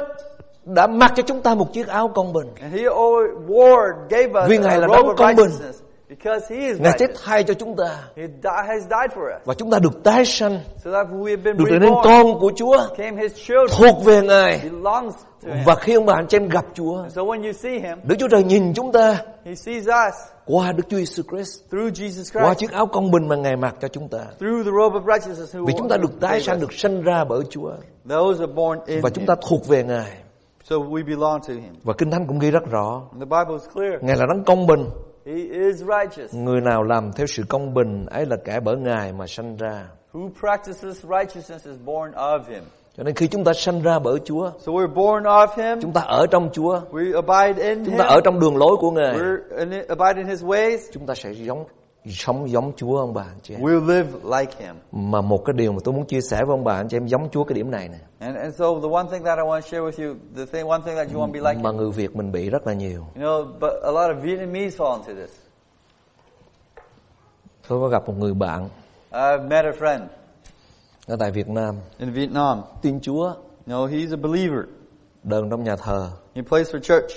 [SPEAKER 1] đã mặc cho chúng ta một chiếc áo công bình.
[SPEAKER 2] And he o- wore, gave us
[SPEAKER 1] Vì Ngài là
[SPEAKER 2] a robe
[SPEAKER 1] đấng
[SPEAKER 2] of
[SPEAKER 1] công bình.
[SPEAKER 2] righteousness because he is
[SPEAKER 1] Ngài chết
[SPEAKER 2] righteous.
[SPEAKER 1] thay cho chúng ta.
[SPEAKER 2] He di- has died for us
[SPEAKER 1] Và chúng ta được tái sanh,
[SPEAKER 2] so that we have been
[SPEAKER 1] được trở nên
[SPEAKER 2] reborn,
[SPEAKER 1] con của Chúa,
[SPEAKER 2] became his children,
[SPEAKER 1] thuộc về Ngài.
[SPEAKER 2] belongs to him.
[SPEAKER 1] Và khi ông bà anh chị em gặp Chúa,
[SPEAKER 2] And so when you see him,
[SPEAKER 1] Đức Chúa Trời nhìn chúng ta
[SPEAKER 2] he sees us
[SPEAKER 1] qua Đức Chúa Jesus Christ,
[SPEAKER 2] through Jesus
[SPEAKER 1] qua
[SPEAKER 2] Christ,
[SPEAKER 1] chiếc áo công bình mà Ngài mặc cho chúng ta.
[SPEAKER 2] through the robe of righteousness who
[SPEAKER 1] Vì chúng ta được tái
[SPEAKER 2] gave us.
[SPEAKER 1] sanh, được sanh ra bởi Chúa.
[SPEAKER 2] Those are born in
[SPEAKER 1] Và chúng
[SPEAKER 2] him.
[SPEAKER 1] ta thuộc về Ngài.
[SPEAKER 2] So we belong to him.
[SPEAKER 1] Và Kinh Thánh cũng ghi rất rõ.
[SPEAKER 2] And the Bible is clear.
[SPEAKER 1] Ngài là đấng công bình.
[SPEAKER 2] He is righteous.
[SPEAKER 1] Người nào làm theo sự công bình ấy là kẻ bởi Ngài mà sanh ra.
[SPEAKER 2] Who practices righteousness is born of him.
[SPEAKER 1] Cho nên khi chúng ta sanh ra bởi Chúa,
[SPEAKER 2] So we're born of him.
[SPEAKER 1] chúng ta ở trong Chúa,
[SPEAKER 2] We abide in
[SPEAKER 1] chúng
[SPEAKER 2] him.
[SPEAKER 1] ta ở trong đường lối của Ngài,
[SPEAKER 2] We're in, abide in his ways.
[SPEAKER 1] chúng ta sẽ giống sống giống Chúa ông bà anh chị em.
[SPEAKER 2] We'll live like him.
[SPEAKER 1] Mà một cái điều mà tôi muốn chia sẻ với ông bà anh chị em giống Chúa cái điểm này nè.
[SPEAKER 2] And, and so the one thing that I want to share with you, the thing, one thing that you want to be like,
[SPEAKER 1] Mà người Việt mình bị rất là nhiều.
[SPEAKER 2] you know, but a lot of Vietnamese fall into this.
[SPEAKER 1] Tôi có gặp một người bạn
[SPEAKER 2] I've met a friend
[SPEAKER 1] ở tại Việt Nam
[SPEAKER 2] in Vietnam.
[SPEAKER 1] tin Chúa
[SPEAKER 2] You know, he's a believer.
[SPEAKER 1] đơn trong nhà thờ
[SPEAKER 2] He plays for church.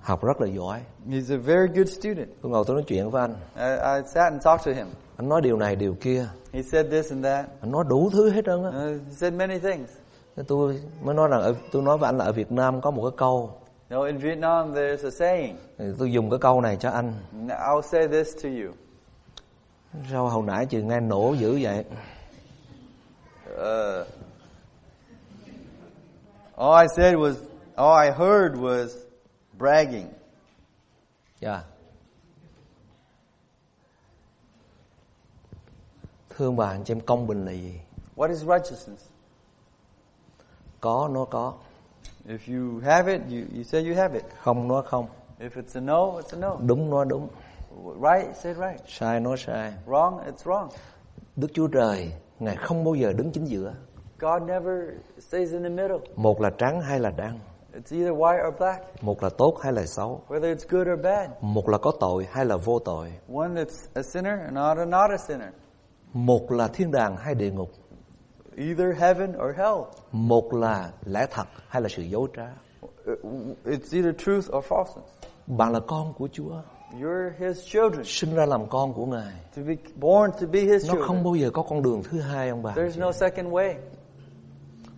[SPEAKER 1] học rất là giỏi
[SPEAKER 2] He's a very good student.
[SPEAKER 1] tôi ngồi tôi nói chuyện với anh
[SPEAKER 2] I, I sat and talked to him.
[SPEAKER 1] anh nói điều này điều kia
[SPEAKER 2] He said this and that.
[SPEAKER 1] anh nói đủ thứ hết trơn á
[SPEAKER 2] Uh, he said many things.
[SPEAKER 1] Thế tôi mới nói rằng ở, tôi nói với anh là ở Việt Nam có một cái câu
[SPEAKER 2] You know, in Vietnam, there's a saying.
[SPEAKER 1] Thì tôi dùng cái câu này cho anh
[SPEAKER 2] and I'll say this to you.
[SPEAKER 1] sao hồi nãy chừng nghe nổ dữ vậy
[SPEAKER 2] Uh, all I said was, all I heard was bragging.
[SPEAKER 1] dạ thưa ông bà anh chị em công bình là gì
[SPEAKER 2] What is righteousness?
[SPEAKER 1] có nó có
[SPEAKER 2] If you have it, you, you say you have it.
[SPEAKER 1] không nó không
[SPEAKER 2] If it's a no, it's a no.
[SPEAKER 1] đúng nó đúng
[SPEAKER 2] Right, say right.
[SPEAKER 1] sai nó sai
[SPEAKER 2] Wrong, it's wrong.
[SPEAKER 1] đức chúa trời ngài không bao giờ đứng chính giữa
[SPEAKER 2] God never stays in the middle.
[SPEAKER 1] một là trắng hay là đen
[SPEAKER 2] It's either white or black,
[SPEAKER 1] một là tốt hay là xấu
[SPEAKER 2] whether it's good or bad.
[SPEAKER 1] một là có tội hay là vô tội
[SPEAKER 2] One that's a sinner and not a not a sinner.
[SPEAKER 1] một là thiên đàng hay địa ngục
[SPEAKER 2] Either heaven or hell.
[SPEAKER 1] một là lẽ thật hay là sự dối trá
[SPEAKER 2] Uh, It's either truth or falseness.
[SPEAKER 1] bạn là con của chúa
[SPEAKER 2] You're his children.
[SPEAKER 1] sinh ra làm con của ngài
[SPEAKER 2] To be born to be his
[SPEAKER 1] nó không
[SPEAKER 2] children.
[SPEAKER 1] bao giờ có con đường thứ hai ông bà
[SPEAKER 2] There's no second way.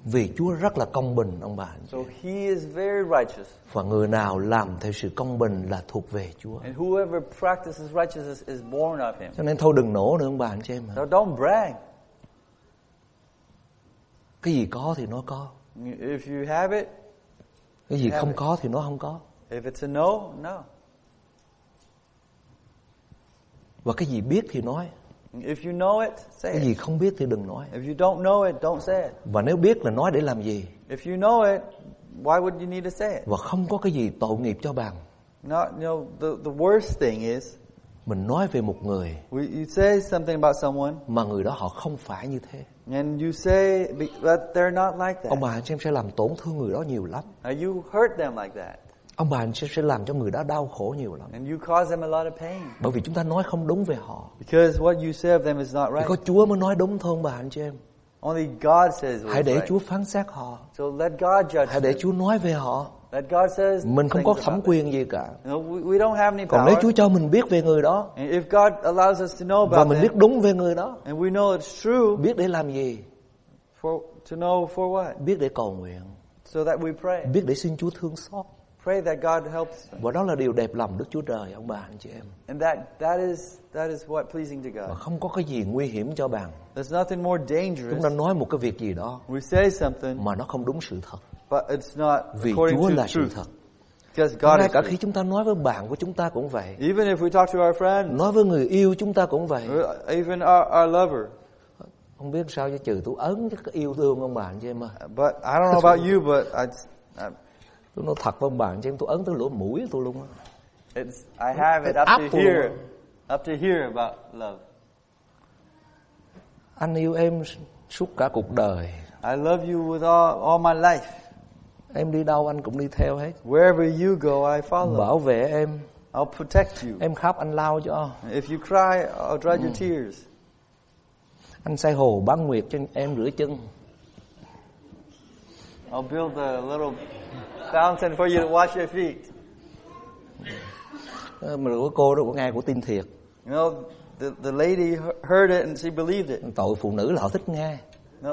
[SPEAKER 1] vì chúa rất là công bình ông bà
[SPEAKER 2] So he is very righteous.
[SPEAKER 1] và người nào làm theo sự công bình là thuộc về chúa
[SPEAKER 2] And whoever practices righteousness is born of him.
[SPEAKER 1] cho nên thôi đừng nổ nữa ông bà anh chị em ạ.
[SPEAKER 2] So don't brag.
[SPEAKER 1] cái gì có thì nó có
[SPEAKER 2] If you have it,
[SPEAKER 1] cái gì không có thì nó không có
[SPEAKER 2] if it's a no, no.
[SPEAKER 1] và cái gì biết thì nói
[SPEAKER 2] If you know it, say
[SPEAKER 1] cái
[SPEAKER 2] it.
[SPEAKER 1] gì không biết thì đừng nói
[SPEAKER 2] If you don't know it, don't say it.
[SPEAKER 1] và nếu biết là nói để làm gì
[SPEAKER 2] If you know it, why would you need to say it?
[SPEAKER 1] và không có cái gì tội nghiệp cho bạn
[SPEAKER 2] Not, you know, the, the worst thing is
[SPEAKER 1] mình nói về một người
[SPEAKER 2] we, you say something about someone
[SPEAKER 1] mà người đó họ không phải như thế
[SPEAKER 2] and you say be- that they're not like that.
[SPEAKER 1] ông bà anh chị em sẽ làm tổn thương người đó nhiều lắm
[SPEAKER 2] Now you hurt them like that
[SPEAKER 1] ông bà anh chị em sẽ làm cho người đó đau khổ nhiều lắm
[SPEAKER 2] and you cause them a lot of pain
[SPEAKER 1] bởi vì chúng ta nói không đúng về họ
[SPEAKER 2] because what you say of them is not
[SPEAKER 1] chỉ
[SPEAKER 2] right.
[SPEAKER 1] có Chúa mới nói đúng thôi ông bà anh chị em
[SPEAKER 2] Only God says what's
[SPEAKER 1] hãy để
[SPEAKER 2] right.
[SPEAKER 1] Chúa phán xét họ
[SPEAKER 2] So let God judge.
[SPEAKER 1] hãy để
[SPEAKER 2] them.
[SPEAKER 1] Chúa nói về họ
[SPEAKER 2] Let God says.
[SPEAKER 1] mình không
[SPEAKER 2] things
[SPEAKER 1] có
[SPEAKER 2] about
[SPEAKER 1] thẩm
[SPEAKER 2] them.
[SPEAKER 1] quyền gì cả
[SPEAKER 2] You know, we, we don't have any
[SPEAKER 1] còn
[SPEAKER 2] power.
[SPEAKER 1] nếu Chúa cho mình biết về người đó
[SPEAKER 2] And if God allows us to know
[SPEAKER 1] và
[SPEAKER 2] about
[SPEAKER 1] mình
[SPEAKER 2] them,
[SPEAKER 1] biết đúng về người đó
[SPEAKER 2] and we know it's true,
[SPEAKER 1] biết để làm gì
[SPEAKER 2] for to know for what,
[SPEAKER 1] biết để cầu nguyện
[SPEAKER 2] so that we pray.
[SPEAKER 1] biết để xin Chúa thương xót
[SPEAKER 2] Pray that God helps, them.
[SPEAKER 1] và đó là điều đẹp lòng Đức Chúa Trời ông bà anh chị em
[SPEAKER 2] and that that is that is what pleasing to
[SPEAKER 1] và
[SPEAKER 2] God.
[SPEAKER 1] không có cái gì nguy hiểm cho bạn
[SPEAKER 2] There's nothing more
[SPEAKER 1] chúng
[SPEAKER 2] dangerous.
[SPEAKER 1] ta nói một cái việc gì đó
[SPEAKER 2] We say something,
[SPEAKER 1] mà nó không đúng sự thật
[SPEAKER 2] but it's not
[SPEAKER 1] vì
[SPEAKER 2] according
[SPEAKER 1] Chúa
[SPEAKER 2] to
[SPEAKER 1] là sự
[SPEAKER 2] truth.
[SPEAKER 1] thật
[SPEAKER 2] Because God
[SPEAKER 1] ngay
[SPEAKER 2] is
[SPEAKER 1] cả
[SPEAKER 2] truth.
[SPEAKER 1] khi chúng ta nói với bạn của chúng ta cũng vậy
[SPEAKER 2] Even if we talk to our friend,
[SPEAKER 1] nói với người yêu chúng ta cũng vậy
[SPEAKER 2] or Uh, even our, our lover.
[SPEAKER 1] không biết sao chứ trừ tôi ấn chắc cái yêu thương ông bạn chứ em ơi
[SPEAKER 2] But I don't know about you, but I, I
[SPEAKER 1] tôi nói thật với ông bạn chứ em tôi ấn tới lỗ mũi tôi luôn á
[SPEAKER 2] It's I have it
[SPEAKER 1] It's
[SPEAKER 2] up
[SPEAKER 1] up
[SPEAKER 2] to
[SPEAKER 1] to-
[SPEAKER 2] here, up to here about love.
[SPEAKER 1] anh yêu em suốt cả cuộc đời
[SPEAKER 2] I love you with all all my life.
[SPEAKER 1] em đi đâu anh cũng đi theo hết
[SPEAKER 2] Wherever you go, I follow.
[SPEAKER 1] bảo vệ em
[SPEAKER 2] I'll protect you.
[SPEAKER 1] em khóc anh lau cho
[SPEAKER 2] If you cry, I'll dry your tears.
[SPEAKER 1] anh say hồ bán nguyệt cho em rửa chân
[SPEAKER 2] I'll build a little fountain for you to wash your feet.
[SPEAKER 1] Ờ, mà rửa cô đó của nghe của tin thiệt
[SPEAKER 2] You know, the the lady he- heard it and she believed it.
[SPEAKER 1] tội phụ nữ là họ thích nghe
[SPEAKER 2] No,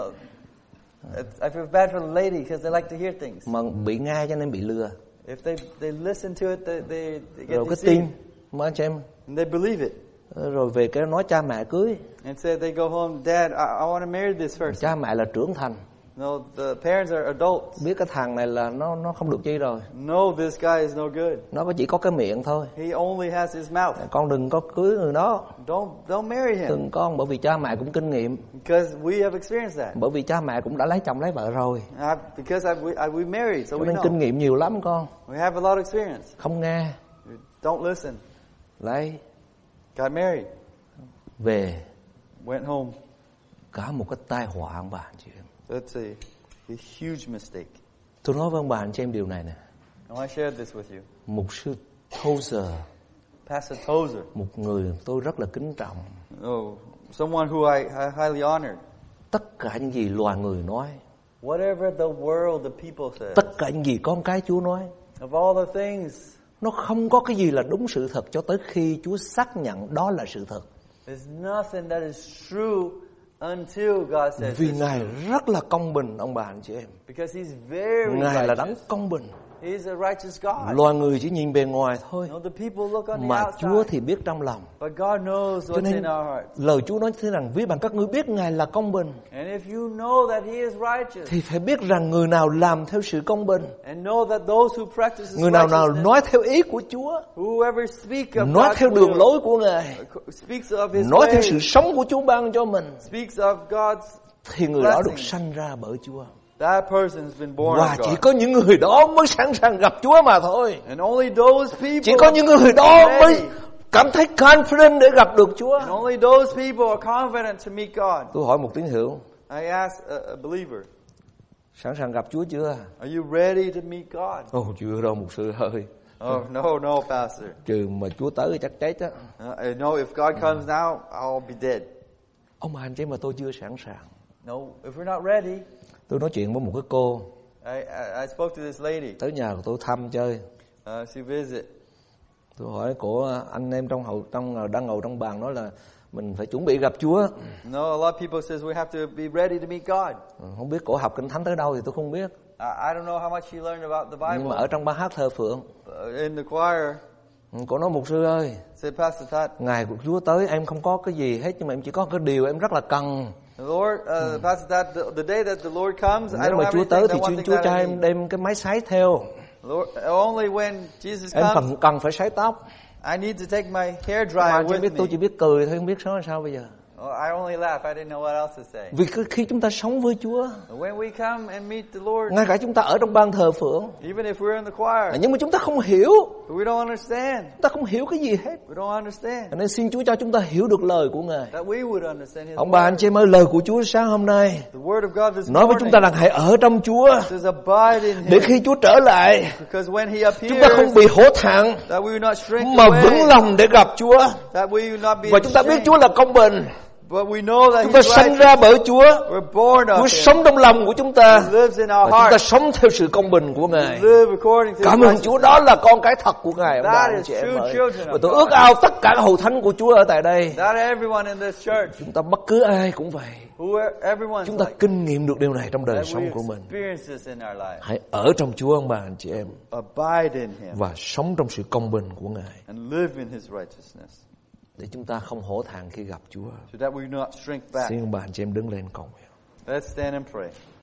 [SPEAKER 2] it's- I feel bad for the lady because they like to hear things.
[SPEAKER 1] mà bị nghe cho nên bị lừa
[SPEAKER 2] If they they listen to it, they they, they
[SPEAKER 1] rồi
[SPEAKER 2] get
[SPEAKER 1] cái tin
[SPEAKER 2] deceived
[SPEAKER 1] mà anh chị em
[SPEAKER 2] and they believe it.
[SPEAKER 1] Ờ, rồi về cái nói cha mẹ cưới
[SPEAKER 2] And so they go home, Dad, I, I want to marry this person.
[SPEAKER 1] cha mẹ là trưởng thành
[SPEAKER 2] No, the parents are adults.
[SPEAKER 1] biết cái thằng này là nó nó không được chi rồi
[SPEAKER 2] No, this guy is no good.
[SPEAKER 1] nó có chỉ có cái miệng thôi
[SPEAKER 2] He only has his mouth.
[SPEAKER 1] con đừng có cưới người đó
[SPEAKER 2] Don't don't marry him
[SPEAKER 1] từng con bởi vì cha mẹ cũng kinh nghiệm
[SPEAKER 2] because we have experienced that.
[SPEAKER 1] bởi vì cha mẹ cũng đã lấy chồng lấy vợ rồi
[SPEAKER 2] I, because I, we, I, we married, so
[SPEAKER 1] cho
[SPEAKER 2] we
[SPEAKER 1] nên kinh
[SPEAKER 2] know.
[SPEAKER 1] nghiệm nhiều lắm con
[SPEAKER 2] We have a lot of experience.
[SPEAKER 1] không nghe
[SPEAKER 2] Don't listen.
[SPEAKER 1] lấy
[SPEAKER 2] Got married.
[SPEAKER 1] về
[SPEAKER 2] Went home.
[SPEAKER 1] cả một cái tai họa ông bà anh chị em
[SPEAKER 2] That's a, a huge mistake.
[SPEAKER 1] tôi nói với ông bà anh chị em điều này nè
[SPEAKER 2] Now I shared this with you.
[SPEAKER 1] mục sư Tozer
[SPEAKER 2] Pastor Tozer.
[SPEAKER 1] một người tôi rất là kính trọng
[SPEAKER 2] Oh, someone who I, I highly honored.
[SPEAKER 1] tất cả những gì loài người nói
[SPEAKER 2] Whatever the world, the people said,
[SPEAKER 1] tất cả những gì con cái Chúa nói
[SPEAKER 2] of all the things,
[SPEAKER 1] nó không có cái gì là đúng sự thật cho tới khi Chúa xác nhận đó là sự thật
[SPEAKER 2] there's nothing that is true until God says
[SPEAKER 1] vì
[SPEAKER 2] it.
[SPEAKER 1] Ngài rất là công bình ông bà anh chị em
[SPEAKER 2] Because He's very
[SPEAKER 1] Ngài là
[SPEAKER 2] righteous.
[SPEAKER 1] đấng công bình
[SPEAKER 2] He's a righteous God.
[SPEAKER 1] loài người chỉ nhìn bề ngoài thôi
[SPEAKER 2] You know, the people look on the
[SPEAKER 1] mà Chúa
[SPEAKER 2] outside,
[SPEAKER 1] thì biết trong lòng
[SPEAKER 2] but God knows
[SPEAKER 1] cho
[SPEAKER 2] what's
[SPEAKER 1] nên
[SPEAKER 2] in our hearts.
[SPEAKER 1] lời Chúa nói thế rằng ví bằng các ngươi biết Ngài là công bình
[SPEAKER 2] And if you know that He is righteous,
[SPEAKER 1] thì phải biết rằng người nào làm theo sự công bình
[SPEAKER 2] and know that those who practice His
[SPEAKER 1] người nào nào
[SPEAKER 2] righteousness,
[SPEAKER 1] nói theo ý của Chúa
[SPEAKER 2] whoever speak of
[SPEAKER 1] nói
[SPEAKER 2] God's
[SPEAKER 1] theo đường
[SPEAKER 2] will,
[SPEAKER 1] lối của Ngài
[SPEAKER 2] speaks of His
[SPEAKER 1] nói theo
[SPEAKER 2] ways,
[SPEAKER 1] sự sống của Chúa ban cho mình
[SPEAKER 2] speaks of God's,
[SPEAKER 1] thì người đó được sanh ra bởi Chúa
[SPEAKER 2] that person's been born
[SPEAKER 1] và
[SPEAKER 2] of
[SPEAKER 1] chỉ
[SPEAKER 2] God.
[SPEAKER 1] có những người đó mới sẵn sàng gặp Chúa mà thôi
[SPEAKER 2] And only those
[SPEAKER 1] chỉ
[SPEAKER 2] people
[SPEAKER 1] có những người đó mới cảm thấy confident để gặp được Chúa
[SPEAKER 2] And only those people are confident to meet God.
[SPEAKER 1] tôi hỏi một tín hữu
[SPEAKER 2] I ask a, a believer,
[SPEAKER 1] sẵn sàng gặp Chúa chưa
[SPEAKER 2] are you ready to meet God?
[SPEAKER 1] ồ chưa đâu mục sư ơi
[SPEAKER 2] Oh, no, no, pastor.
[SPEAKER 1] trừ mà Chúa tới thì chắc chết á
[SPEAKER 2] Uh, I know if God comes now, I'll be dead.
[SPEAKER 1] ông bà anh chị mà tôi chưa sẵn sàng
[SPEAKER 2] No, if we're not ready.
[SPEAKER 1] tôi nói chuyện với một cái cô
[SPEAKER 2] I, I, I spoke to this lady.
[SPEAKER 1] tới nhà của tôi thăm chơi
[SPEAKER 2] Uh, she visit.
[SPEAKER 1] tôi hỏi của anh em trong hậu trong ờ, đang ngồi trong bàn nói là mình phải chuẩn bị gặp Chúa
[SPEAKER 2] No, a lot of people says we have to be ready to meet God.
[SPEAKER 1] Ừ, không biết cổ học kinh thánh tới đâu thì tôi không biết
[SPEAKER 2] I, I don't know how much she learned about the
[SPEAKER 1] nhưng mà
[SPEAKER 2] Bible.
[SPEAKER 1] ở trong ba hát thờ phượng
[SPEAKER 2] Uh, in the choir,
[SPEAKER 1] ừ, cổ nói mục sư ơi
[SPEAKER 2] said Pastor Todd,
[SPEAKER 1] ngày của Chúa tới em không có cái gì hết nhưng mà em chỉ có cái điều em rất là cần
[SPEAKER 2] the Lord, uh, Pastor Todd, the, the day that the Lord comes, I
[SPEAKER 1] nếu
[SPEAKER 2] don't
[SPEAKER 1] mà
[SPEAKER 2] have
[SPEAKER 1] Hmm. Chúa
[SPEAKER 2] anything,
[SPEAKER 1] tới
[SPEAKER 2] that
[SPEAKER 1] thì
[SPEAKER 2] one
[SPEAKER 1] xin
[SPEAKER 2] thing
[SPEAKER 1] Chúa
[SPEAKER 2] that
[SPEAKER 1] cho
[SPEAKER 2] I
[SPEAKER 1] em
[SPEAKER 2] need.
[SPEAKER 1] đem cái máy sái theo
[SPEAKER 2] Lord, only when Jesus
[SPEAKER 1] em
[SPEAKER 2] comes,
[SPEAKER 1] cần cần phải sái tóc
[SPEAKER 2] I need to take my hair
[SPEAKER 1] mà
[SPEAKER 2] dryer
[SPEAKER 1] chỉ
[SPEAKER 2] with
[SPEAKER 1] biết tôi chỉ
[SPEAKER 2] me.
[SPEAKER 1] biết cười thôi không biết nói sao bây giờ
[SPEAKER 2] Oh, I only laugh. I didn't know what else to say.
[SPEAKER 1] vì cứ khi chúng ta sống với Chúa
[SPEAKER 2] When we come and meet the Lord,
[SPEAKER 1] ngay cả chúng ta ở trong ban thờ phượng
[SPEAKER 2] even if we're in the choir,
[SPEAKER 1] nhưng mà chúng ta không hiểu
[SPEAKER 2] we don't understand.
[SPEAKER 1] chúng ta không hiểu cái gì hết
[SPEAKER 2] We don't understand
[SPEAKER 1] Cho nên xin Chúa cho chúng ta hiểu được lời của Ngài
[SPEAKER 2] that we would understand His
[SPEAKER 1] ông bà anh
[SPEAKER 2] word.
[SPEAKER 1] chị em ơi lời của Chúa sáng hôm nay
[SPEAKER 2] The word of God this
[SPEAKER 1] nói với chúng
[SPEAKER 2] morning
[SPEAKER 1] ta rằng hãy ở trong Chúa
[SPEAKER 2] says, "Abide in
[SPEAKER 1] để
[SPEAKER 2] Him,"
[SPEAKER 1] khi Chúa trở lại
[SPEAKER 2] because when He
[SPEAKER 1] chúng ta không
[SPEAKER 2] appears,
[SPEAKER 1] bị hổ thẹn
[SPEAKER 2] that we will not shrink
[SPEAKER 1] mà vững
[SPEAKER 2] away,
[SPEAKER 1] lòng để gặp Chúa
[SPEAKER 2] that we will not be
[SPEAKER 1] và chúng ta biết
[SPEAKER 2] ashamed.
[SPEAKER 1] Chúa là công bình
[SPEAKER 2] But we know that
[SPEAKER 1] chúng ta
[SPEAKER 2] He's
[SPEAKER 1] sanh
[SPEAKER 2] righteous.
[SPEAKER 1] ra bởi Chúa
[SPEAKER 2] We're born of
[SPEAKER 1] Chúa
[SPEAKER 2] Him.
[SPEAKER 1] sống trong lòng của chúng ta
[SPEAKER 2] He lives in
[SPEAKER 1] và
[SPEAKER 2] our
[SPEAKER 1] chúng ta
[SPEAKER 2] heart.
[SPEAKER 1] sống theo sự công bình của Ngài
[SPEAKER 2] Live according to His
[SPEAKER 1] cảm ơn
[SPEAKER 2] righteousness.
[SPEAKER 1] Chúa đó là con cái thật của Ngài ông
[SPEAKER 2] That
[SPEAKER 1] bà anh
[SPEAKER 2] is
[SPEAKER 1] chị em
[SPEAKER 2] true
[SPEAKER 1] ơi
[SPEAKER 2] children of
[SPEAKER 1] và tôi
[SPEAKER 2] God.
[SPEAKER 1] ước ao tất cả các hậu thánh của Chúa ở tại đây
[SPEAKER 2] Not everyone in this church,
[SPEAKER 1] chúng ta bất cứ ai cũng vậy
[SPEAKER 2] who everyone's
[SPEAKER 1] chúng ta
[SPEAKER 2] like.
[SPEAKER 1] kinh nghiệm được điều này trong đời
[SPEAKER 2] that we
[SPEAKER 1] sống của mình
[SPEAKER 2] experience this in our life.
[SPEAKER 1] hãy ở trong Chúa ông bà anh chị em
[SPEAKER 2] Abide in Him
[SPEAKER 1] và sống trong sự công bình của Ngài
[SPEAKER 2] and live in His righteousness,
[SPEAKER 1] để chúng ta không hổ thẹn khi gặp Chúa
[SPEAKER 2] so that we do not shrink back.
[SPEAKER 1] xin ông bà anh chị em đứng lên cầu nguyện
[SPEAKER 2] Let's stand and pray.